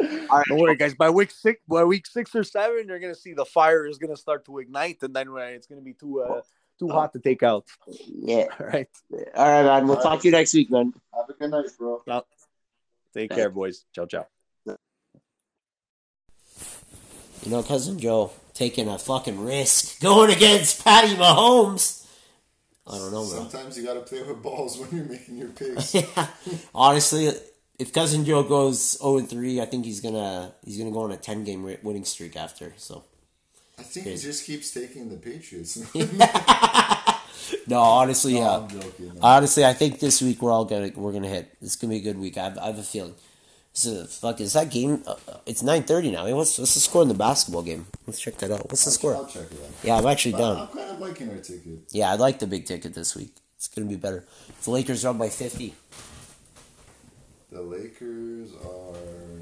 S3: right.
S4: Don't worry, guys. By week six, by week six or seven, you're gonna see the fire is gonna start to ignite, and then uh, it's gonna be too uh, too hot to take out.
S3: Yeah.
S4: All right,
S3: All right, man. We'll talk to you next week, man.
S5: Have a good night, bro.
S4: take care, boys. Ciao, ciao.
S1: You know, cousin Joe taking a fucking risk going against Patty Mahomes. I don't know, man.
S2: Sometimes you gotta play with balls when you're making your picks.
S1: Yeah. Honestly, if cousin Joe goes 0 and 3, I think he's gonna he's gonna go on a 10 game winning streak after. So
S2: I think he just keeps taking the Patriots.
S1: no, honestly, uh, yeah.
S2: I'm joking.
S1: Honestly, I think this week we're all gonna we're gonna hit. It's gonna be a good week. I've I have a feeling. So fuck is that game? Uh, uh, it's nine thirty now. Hey, what's what's the score in the basketball game? Let's check that out. What's the
S2: I'll
S1: score?
S2: check it out.
S1: Yeah, I'm actually
S2: But
S1: down.
S2: I'm kind of liking our ticket.
S1: Yeah, I like the big ticket this week. It's gonna be better. If the Lakers are up by fifty.
S2: The Lakers are.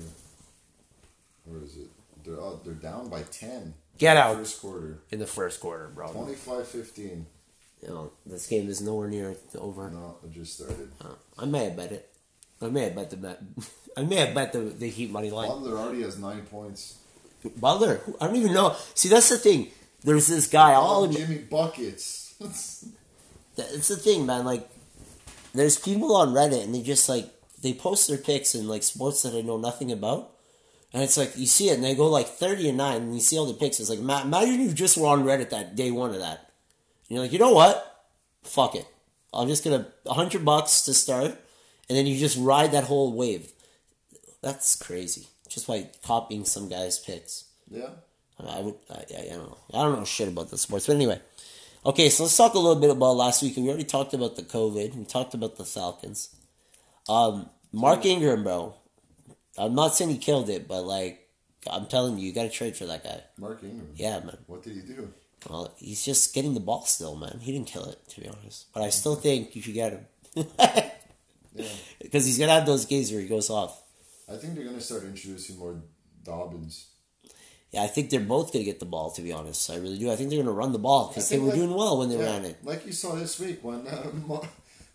S2: Where is it? They're oh, they're down by ten.
S1: Get out
S2: First quarter.
S1: in the first quarter, bro.
S2: 25-15.
S1: You know, this game is nowhere near over.
S2: No, it just started.
S1: Uh, I may have bet it. I may have bet the bet. I may have bet the the Heat money line.
S2: Butler already has nine points.
S1: Butler. who- I don't even know. See, that's the thing. There's this guy. All
S2: Oh,
S1: in,
S2: Jimmy buckets. That's
S1: That's the thing, man. Like, there's people on Reddit and they just like they post their picks in like sports that I know nothing about, and it's like you see it and they go like thirty and nine, and you see all the picks. It's like ma- imagine you just were on Reddit that day one of that. And you're like, you know what? Fuck it. I'm just gonna a hundred bucks to start, and then you just ride that whole wave. That's crazy. Just by copying some guy's picks.
S2: yeah.
S1: I would. I, I, I don't know. I don't know shit about the sports. But anyway, okay. So let's talk a little bit about last week. We already talked about the COVID. We talked about the Falcons. Um, Mark Ingram, bro. I'm not saying he killed it, but like, I'm telling you, you got to trade for that guy.
S2: Mark Ingram.
S1: Yeah, man.
S2: What did he do?
S1: Well, he's just getting the ball still, man. He didn't kill it, to be honest. But I still think you should get him.
S2: Mm-hmm. Yeah.
S1: because he's gonna have those games where he goes off.
S2: I think they're gonna start introducing more Dobbins.
S1: Yeah, I think they're both gonna get the ball. To be honest, I really do. I think they're gonna run the ball
S2: I
S1: because they
S2: think,
S1: were
S2: like-
S1: doing well when they ran it.
S2: Like you saw this week when uh, Ma-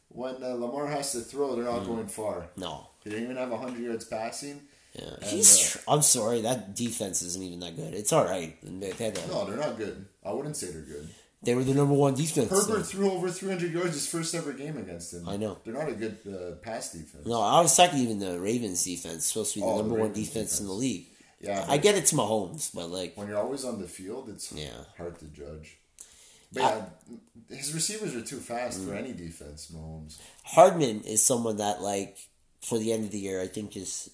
S2: when uh, Lamar has to throw, they're not
S1: Mm.
S2: going far.
S1: No,
S2: They didn't even have hundred yards passing.
S1: yeah,
S2: And,
S1: he's.
S2: uh,
S1: tr- I'm sorry, that defense isn't even that good. It's all right. They, they had that-
S2: No, they're not good. I wouldn't say they're good.
S1: they were the number one defense.
S2: Herbert threw over 300 yards his first ever game against him.
S1: I know.
S2: They're not a good uh, pass defense.
S1: No, I was talking even the Ravens defense supposed to be the
S2: Oh, the
S1: number one
S2: Ravens
S1: defense, in the
S2: defense.
S1: league.
S2: Yeah,
S1: I
S2: but
S1: get it's Mahomes, but like,
S2: when you're always on the field, it's
S1: Yeah.
S2: hard to judge. But yeah, his receivers are too fast
S1: Mm.
S2: for any defense, Mahomes.
S1: Hardman is someone that like for the end of the year, I think is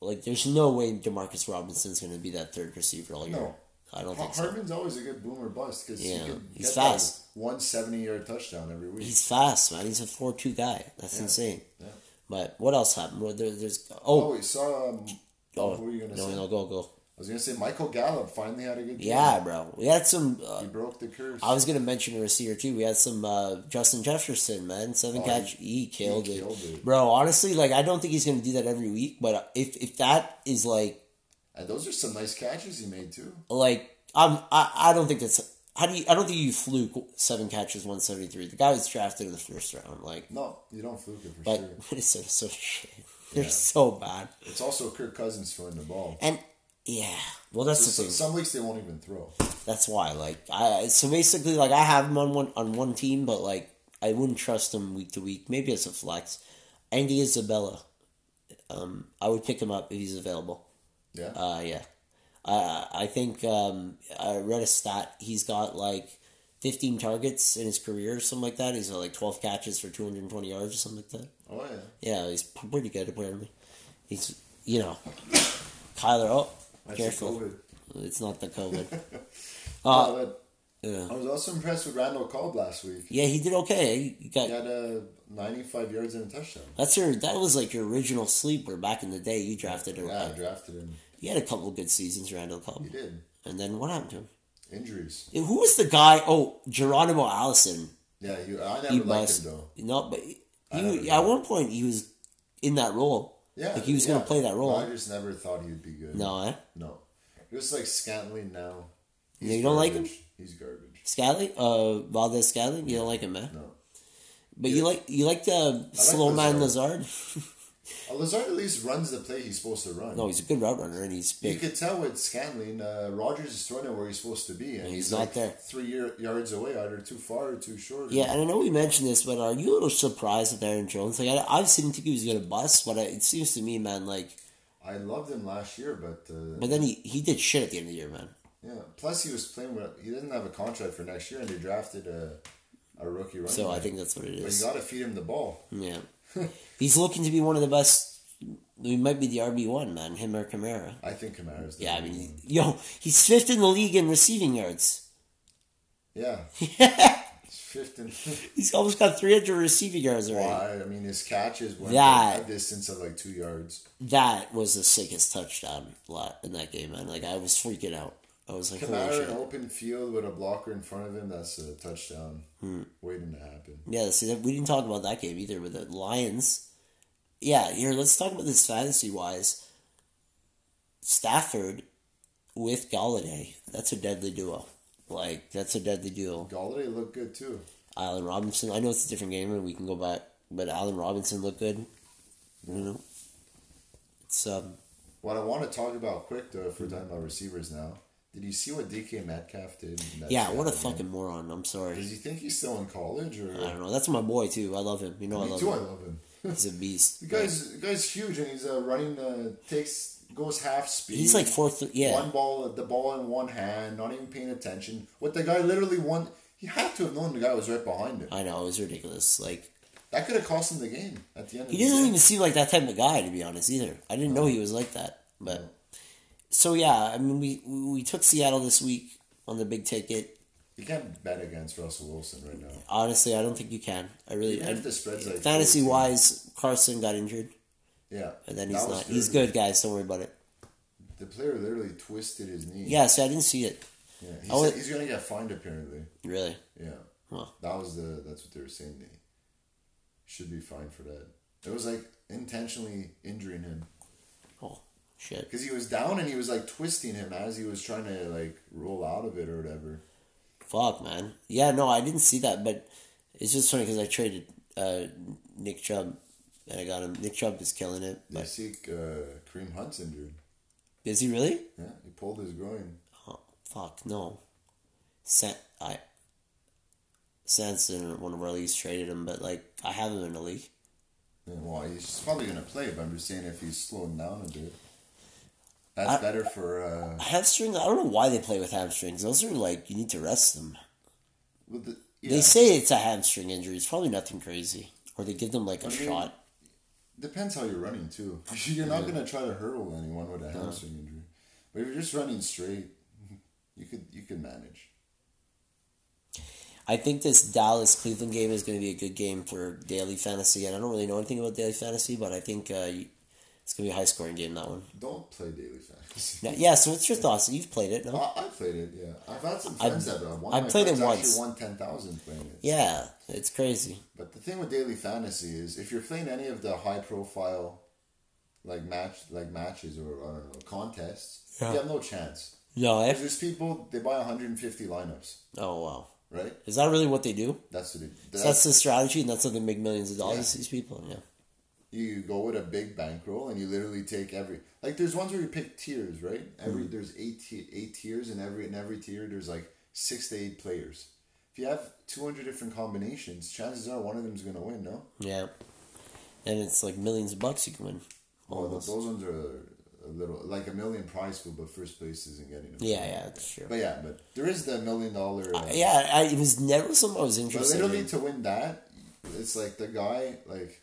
S1: like there's no way Demarcus Robinson's going to be that third receiver all year.
S2: No.
S1: I don't
S2: Ha-
S1: think so.
S2: Hardman's always a good boom or bust because
S1: Yeah,
S2: he can
S1: he's
S2: get that
S1: fast.
S2: one 70 yard touchdown every week.
S1: He's fast, man. He's a four-two guy. That's
S2: Yeah.
S1: insane.
S2: Yeah.
S1: But what else happened? Well, there, there's
S2: oh,
S1: oh,
S2: we saw. Um,
S1: oh,
S2: who were you going to
S1: no,
S2: say?
S1: no, go, go.
S2: I was going to say Michael Gallup finally had a good game.
S1: Yeah, bro. We had some. Uh,
S2: He broke the curse.
S1: I was gonna mention a receiver too. We had some uh, Justin Jefferson, man, seven
S2: Oh,
S1: catch. He, killed,
S2: he
S1: it.
S2: killed it.
S1: bro. Honestly, like I don't think he's gonna do that every week. But if if that is like
S2: And those are some nice catches he made, too.
S1: like I'm, I I don't think that's how do you I don't think you fluke seven catches one seventy three. The guy was drafted in the first round, like
S2: No, you don't fluke it for
S1: but
S2: sure.
S1: Minnesota's so shit. They're
S2: Yeah.
S1: so bad,
S2: It's also Kirk Cousins throwing the ball.
S1: and yeah, well that's
S2: So-
S1: the thing.
S2: some weeks they won't even throw.
S1: That's why, like, I so basically, like, I have him on one on one team, but like, I wouldn't trust him week to week. Maybe as a flex. Andy Isabella, um, I would pick him up if he's available.
S2: Yeah.
S1: Uh, yeah, uh, I think um, I read a stat. He's got like fifteen targets in his career, or something like that. He's got like twelve catches for two hundred and twenty yards, or something like that.
S2: oh yeah.
S1: Yeah, he's p- pretty good apparently. He's you know, Kyler. Oh,
S2: That's
S1: careful!
S2: COVID.
S1: It's not the COVID.
S2: Yeah,
S1: Uh,
S2: but
S1: yeah.
S2: I was also impressed with Randall Cobb last week.
S1: Yeah, he did okay. He got
S2: He had uh, 95 yards and a touchdown.
S1: that's your that was like your original sleeper back in the day. You drafted him.
S2: Yeah, I drafted him.
S1: He had a couple good seasons, Randall Cobb,
S2: He did.
S1: and then what happened to him?
S2: Injuries.
S1: Eh, Who was the guy? Oh, Geronimo Allison.
S2: Yeah, he, I never
S1: He
S2: liked
S1: must
S2: him though.
S1: no, but he,
S2: I never
S1: yeah, at one point he was in that role.
S2: Yeah,
S1: like he was
S2: yeah.
S1: gonna play that role.
S2: I just never thought he'd be good.
S1: No, eh?
S2: no. Just like Scantling now.
S1: You don't like him?
S2: garbage. He's garbage.
S1: Scally, uh, Valdez Scally, you don't like him, man.
S2: No.
S1: But you like you like the slow man Lazard.
S2: Uh, Lazard at least runs the play he's supposed to run.
S1: no, he's a good route runner and he's
S2: You
S1: big.
S2: could tell with Scanlon, uh, Rogers is throwing it where he's supposed to be, and
S1: And he's
S2: he's,
S1: not
S2: like
S1: there.
S2: three year, yards away, either too far or too short.
S1: Yeah, and I know we mentioned this, but are you a little surprised with Aaron Jones? Like, I, I just didn't think he was going to bust, but I, it seems to me, man, like,
S2: I loved him last year, but uh,
S1: but then he, he did shit at the end of the year, man.
S2: yeah. Plus, he was playing with he didn't have a contract for next year, and they drafted a a rookie running.
S1: So I
S2: back.
S1: think that's what it
S2: but you
S1: is.
S2: got to feed him the ball.
S1: Yeah. He's looking to be one of the best. He might be the RB1, man, him or Kamara.
S2: I think Kamara's. the
S1: Yeah, I
S2: number
S1: mean,
S2: one.
S1: yo, he's fifth in the league in receiving yards.
S2: yeah. He's fifth in.
S1: He's almost got 300 receiving yards already.
S2: Why? I mean, his catches went
S1: That-
S2: a distance of like two yards.
S1: That was the sickest touchdown lot in that game, man. Like, I was freaking out. I was like, holy
S2: Kamara in
S1: shit.
S2: open field with a blocker in front of him. That's a touchdown
S1: Hmm.
S2: waiting to happen.
S1: Yeah, see, that, we didn't talk about that game either, but the Lions. Yeah, here, let's talk about this fantasy wise. Stafford with Galladay. That's a deadly duo. Like, that's a deadly duo.
S2: Galladay looked good too.
S1: Allen Robinson, I know it's a different game and we can go back, but Allen Robinson looked good. You know? It's, um,
S2: What I want to talk about quick though, if we're talking about receivers now, did you see what DK Metcalf did? in that
S1: yeah, what a
S2: Seattle game?
S1: fucking moron. I'm
S2: Does
S1: sorry.
S2: he think he's still in college or?
S1: I don't know. That's my boy, too. I love him. You know, I
S2: Me
S1: love
S2: too. I
S1: him.
S2: love him.
S1: He's a beast.
S2: The guy's the guy's huge and he's uh, running. Uh, takes goes half speed.
S1: He's like fourth, yeah.
S2: One ball, the ball in one hand, not even paying attention. What the guy literally won. He had to have known the guy was right behind him.
S1: I know, it was ridiculous. Like,
S2: That could have cost him the game at the end.
S1: He
S2: of the
S1: doesn't
S2: day.
S1: even seem like that type of guy, to be honest, either. I didn't know he was like that. But so yeah, I mean, we we took Seattle this week on the big ticket.
S2: You can't bet against Russell Wilson right now.
S1: Honestly, I don't think you can. I really,
S2: Even if the spread's like
S1: fantasy
S2: 14.
S1: wise, Carson got injured,
S2: Yeah,
S1: and then
S2: That
S1: he's
S2: was
S1: not. He's
S2: terrible.
S1: good, guys. Don't worry about it.
S2: The player literally twisted his knee.
S1: Yeah, so I didn't see it
S2: Yeah, he
S1: Oh,
S2: said
S1: it-
S2: he's gonna get fined apparently.
S1: really.
S2: Yeah,
S1: Huh.
S2: that was the that's what they were saying. They should be fine for that. It was like intentionally injuring him
S1: Oh shit.
S2: because he was down and he was like twisting him as he was trying to like roll out of it or whatever.
S1: Fuck, man. Yeah, no, I didn't see that, but it's just funny because I traded uh, Nick Chubb and I got him. Nick Chubb is killing it.
S2: I
S1: But
S2: see uh, Kareem Hunt's injured.
S1: is he really?
S2: Yeah, he pulled his groin.
S1: Oh, fuck, no. San- I Sanson, one of our leagues, traded him, but like I have him in the league.
S2: Yeah, well, he's probably gonna play, but I'm just saying if he's slowing down a bit, that's
S1: I-
S2: better for. uh
S1: Hamstrings. I don't know why they play with hamstrings. Those are like you need to rest them.
S2: with the,
S1: They
S2: yeah.
S1: say it's a hamstring injury. It's probably nothing crazy, or they give them like a
S2: I mean-
S1: shot.
S2: Depends how you're running too. You're not gonna try to hurdle anyone with a hamstring injury, but if you're just running straight, you could you could manage.
S1: I think this Dallas Cleveland game is going to be a good game for daily fantasy, and I don't really know anything about daily fantasy, but I think uh, you- it's going to be a high scoring game that one.
S2: Don't play daily fantasy.
S1: Yeah, yeah, so what's your thoughts? You've played it, no?
S2: I, I played it. Yeah, I've had some
S1: I-
S2: friends that have. One
S1: I
S2: of my
S1: played it
S2: friends
S1: once.
S2: Actually, won ten thousand playing it.
S1: Yeah, it's crazy.
S2: But the thing with daily fantasy is if you're playing any of the high profile, like match like matches or I don't know contests,
S1: Yeah.
S2: you have no chance.
S1: No, I
S2: If there's people, they buy 150 lineups,
S1: oh wow,
S2: right?
S1: is that really what they do?
S2: That's what it.
S1: So
S2: That's,
S1: that's the strategy, and that's how they make millions of dollars.
S2: Yeah.
S1: These people, yeah.
S2: you go with a big bankroll and you literally take every like there's ones where you pick tiers right every
S1: Mm-hmm.
S2: there's eight ti- eight tiers and every in every tier there's like six to eight players if you have 200 different combinations chances are one of them's gonna win no
S1: Yeah. And it's like millions of bucks you can win.
S2: oh
S1: Almost.
S2: those ones are a little like a million prize pool but first place isn't getting it
S1: Yeah, yeah, that's true.
S2: but yeah but there is the million dollar uh,
S1: yeah, I, it was never something I was
S2: But
S1: interested
S2: literally
S1: in.
S2: to win that, it's like the guy like,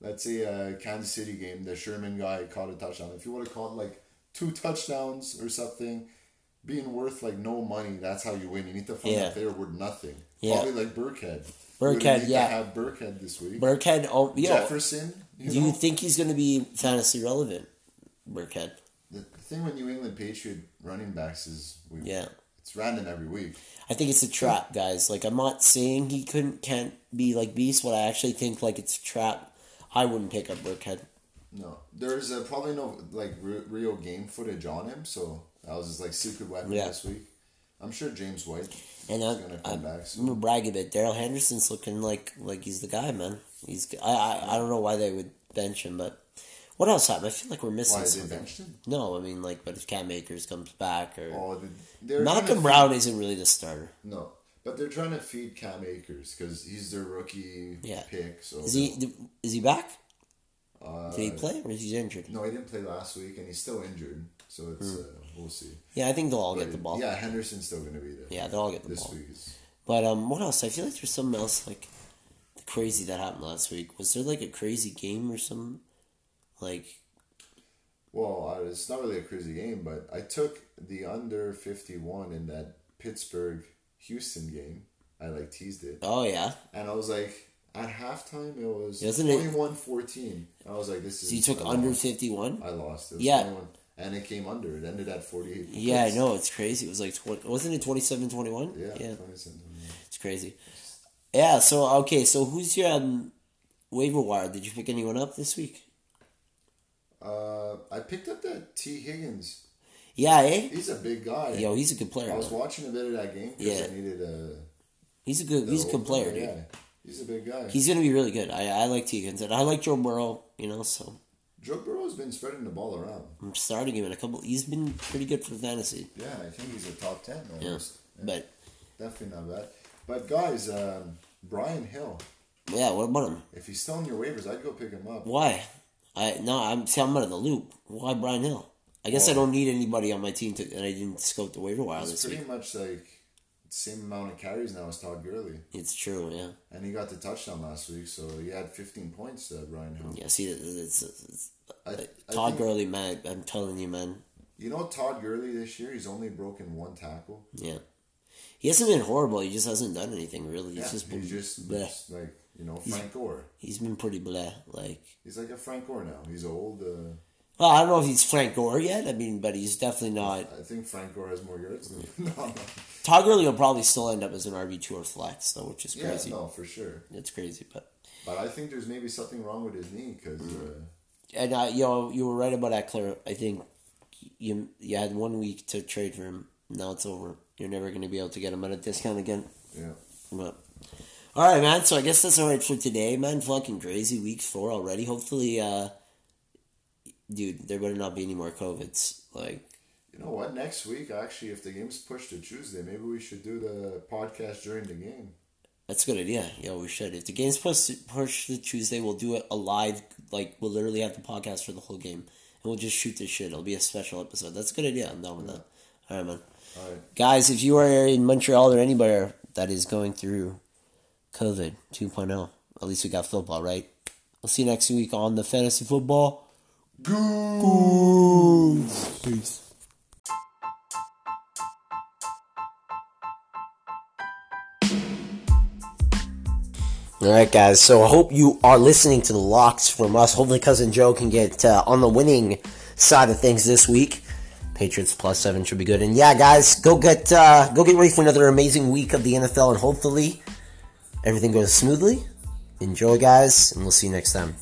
S2: let's say a Kansas City game, the Sherman guy caught a touchdown. If you would have caught like two touchdowns or something, being worth like no money, that's how you win. You need to find
S1: Yeah.
S2: a player worth nothing.
S1: Yeah.
S2: Probably like Burkhead. You
S1: Burkhead,
S2: would need to
S1: yeah.
S2: have Burkhead this week.
S1: Burkhead, oh, yo,
S2: Jefferson. You
S1: do you
S2: know?
S1: think he's going to be fantasy relevant, Burkhead?
S2: the the thing with New England Patriot running backs is we,
S1: Yeah.
S2: it's random every week.
S1: I think it's a trap, guys. Like I'm not saying he couldn't can't be like Beast, but I actually think like it's a trap. I wouldn't pick up Burkhead.
S2: No, there's uh, probably no like re- real game footage on him, so that was his like secret weapon
S1: Yeah.
S2: this week. I'm sure James White
S1: And
S2: is
S1: I'm,
S2: gonna come
S1: I'm,
S2: back
S1: I'm gonna
S2: soon.
S1: brag a bit. Daryl Henderson's looking like like he's the guy, man. He's I, I I don't know why they would bench him, but what else happened? I feel like we're missing
S2: Why they
S1: something.
S2: benched him?
S1: No, I mean like, but if Cam Akers comes back or
S2: Oh, they- they're trying
S1: Malcolm
S2: to
S1: Brown isn't really the starter.
S2: feed- no, but they're trying to feed Cam Akers because he's their rookie
S1: Yeah.
S2: pick. So
S1: Is he is he back?
S2: Uh,
S1: Did he play or is he injured?
S2: No, he didn't play last week, and he's still injured. So it's uh, we'll see.
S1: Yeah, I think they'll all Hmm. get
S2: But,
S1: the ball.
S2: Yeah, Henderson's still gonna be there.
S1: Yeah, they'll all get the
S2: this
S1: ball.
S2: week is
S1: But um, what else? I feel like there's something else like crazy that happened last week. Was there like a crazy game or some like
S2: Well, I- it's not really a crazy game, but I took the under 51 in that Pittsburgh Houston game. I like teased it.
S1: oh yeah?
S2: And I was like, at halftime, it was
S1: Isn't it-
S2: 21 14. I was like, this is.
S1: So you took
S2: I
S1: under
S2: lost.
S1: fifty one.
S2: I lost. It was
S1: Yeah.
S2: 21. And it came under. It ended at 48.
S1: Yeah, I know it's crazy. It was like tw- wasn't it 27-21?
S2: Yeah,
S1: yeah,
S2: 27.
S1: it's crazy. Yeah, so okay, so who's your um, waiver wire? Did you pick anyone up this week?
S2: Uh, I picked up that T. Higgins.
S1: Yeah, eh?
S2: He's a big guy.
S1: Yo, he's a good player.
S2: I was
S1: man.
S2: watching a bit of that game because
S1: Yeah.
S2: I needed a.
S1: He's a good. He's a good player, dude.
S2: Yeah. He's a big guy.
S1: He's gonna be really good. I I like Higgins and I like Joe Burrow. You know, so
S2: Joe Burrow's been spreading the ball around.
S1: I'm starting him in a couple. He's been pretty good for fantasy.
S2: Yeah, I think he's a top ten
S1: Yeah.
S2: almost. Yeah,
S1: But
S2: definitely not bad. But guys, um, Brian Hill,
S1: yeah, what about him?
S2: if he's still on your waivers, I'd go pick him up.
S1: Why? I no, I'm see, I'm out of the loop. Why Brian Hill? I guess I
S2: Well-
S1: don't need anybody on my team, to, and I didn't scope the waiver wire
S2: It's
S1: this
S2: pretty
S1: week.
S2: much like the same amount of carries now as Todd Gurley,
S1: It's true, yeah,
S2: and he got the touchdown last week, so he had 15 points. Uh, Brian Hill.
S1: yeah. See, it's, it's,
S2: I, I
S1: Todd
S2: think-
S1: Gurley, man. I'm telling you, man.
S2: You know Todd Gurley this year, he's only broken one tackle.
S1: Yeah, he hasn't been horrible. He just hasn't done anything really. He's
S2: yeah,
S1: just been
S2: he's just
S1: bleh.
S2: just like you know Frank Gore.
S1: He's been pretty blah. Like,
S2: He's like a Frank Gore now. He's old. Uh,
S1: well, I don't know if he's Frank Gore yet. I mean, but he's definitely not.
S2: I think Frank Gore has more yards than no, no.
S1: Todd Gurley will probably still end up as an RB two or flex though, which is
S2: Yeah,
S1: crazy.
S2: no, for sure.
S1: It's crazy, but
S2: But But I think there's maybe something wrong with his knee because uh,
S1: And uh, you know, you were right about Eckler. I think you you had one week to trade for him. Now it's over. You're never going to be able to get him at a discount again.
S2: yeah,
S1: But all right, man. So I guess that's all right for today, man. Fucking crazy week four already. Hopefully, uh, dude, there better not be any more covids. Like,
S2: you know what? Next week, actually, if the game's pushed to Tuesday, maybe we should do the podcast during the game.
S1: That's a good idea. Yeah, we should. If the game's pushed pushed to Tuesday, we'll do it a live. Like we'll literally have the podcast for the whole game, and we'll just shoot this shit. It'll be a special episode. That's a good idea. I'm down with that. All right, man.
S2: All right,
S1: Guys, if you are in Montreal or anywhere that is going through COVID 2.0, at least we got football, right? We'll see you next week on the fantasy football. Goons. Peace. All right, guys. So I hope you are listening to the locks from us. Hopefully, cousin Joe can get uh, on the winning side of things this week. Patriots plus seven should be good. And yeah, guys, go get uh, go get ready for another amazing week of the NFL, and hopefully everything goes smoothly. Enjoy, guys, and we'll see you next time.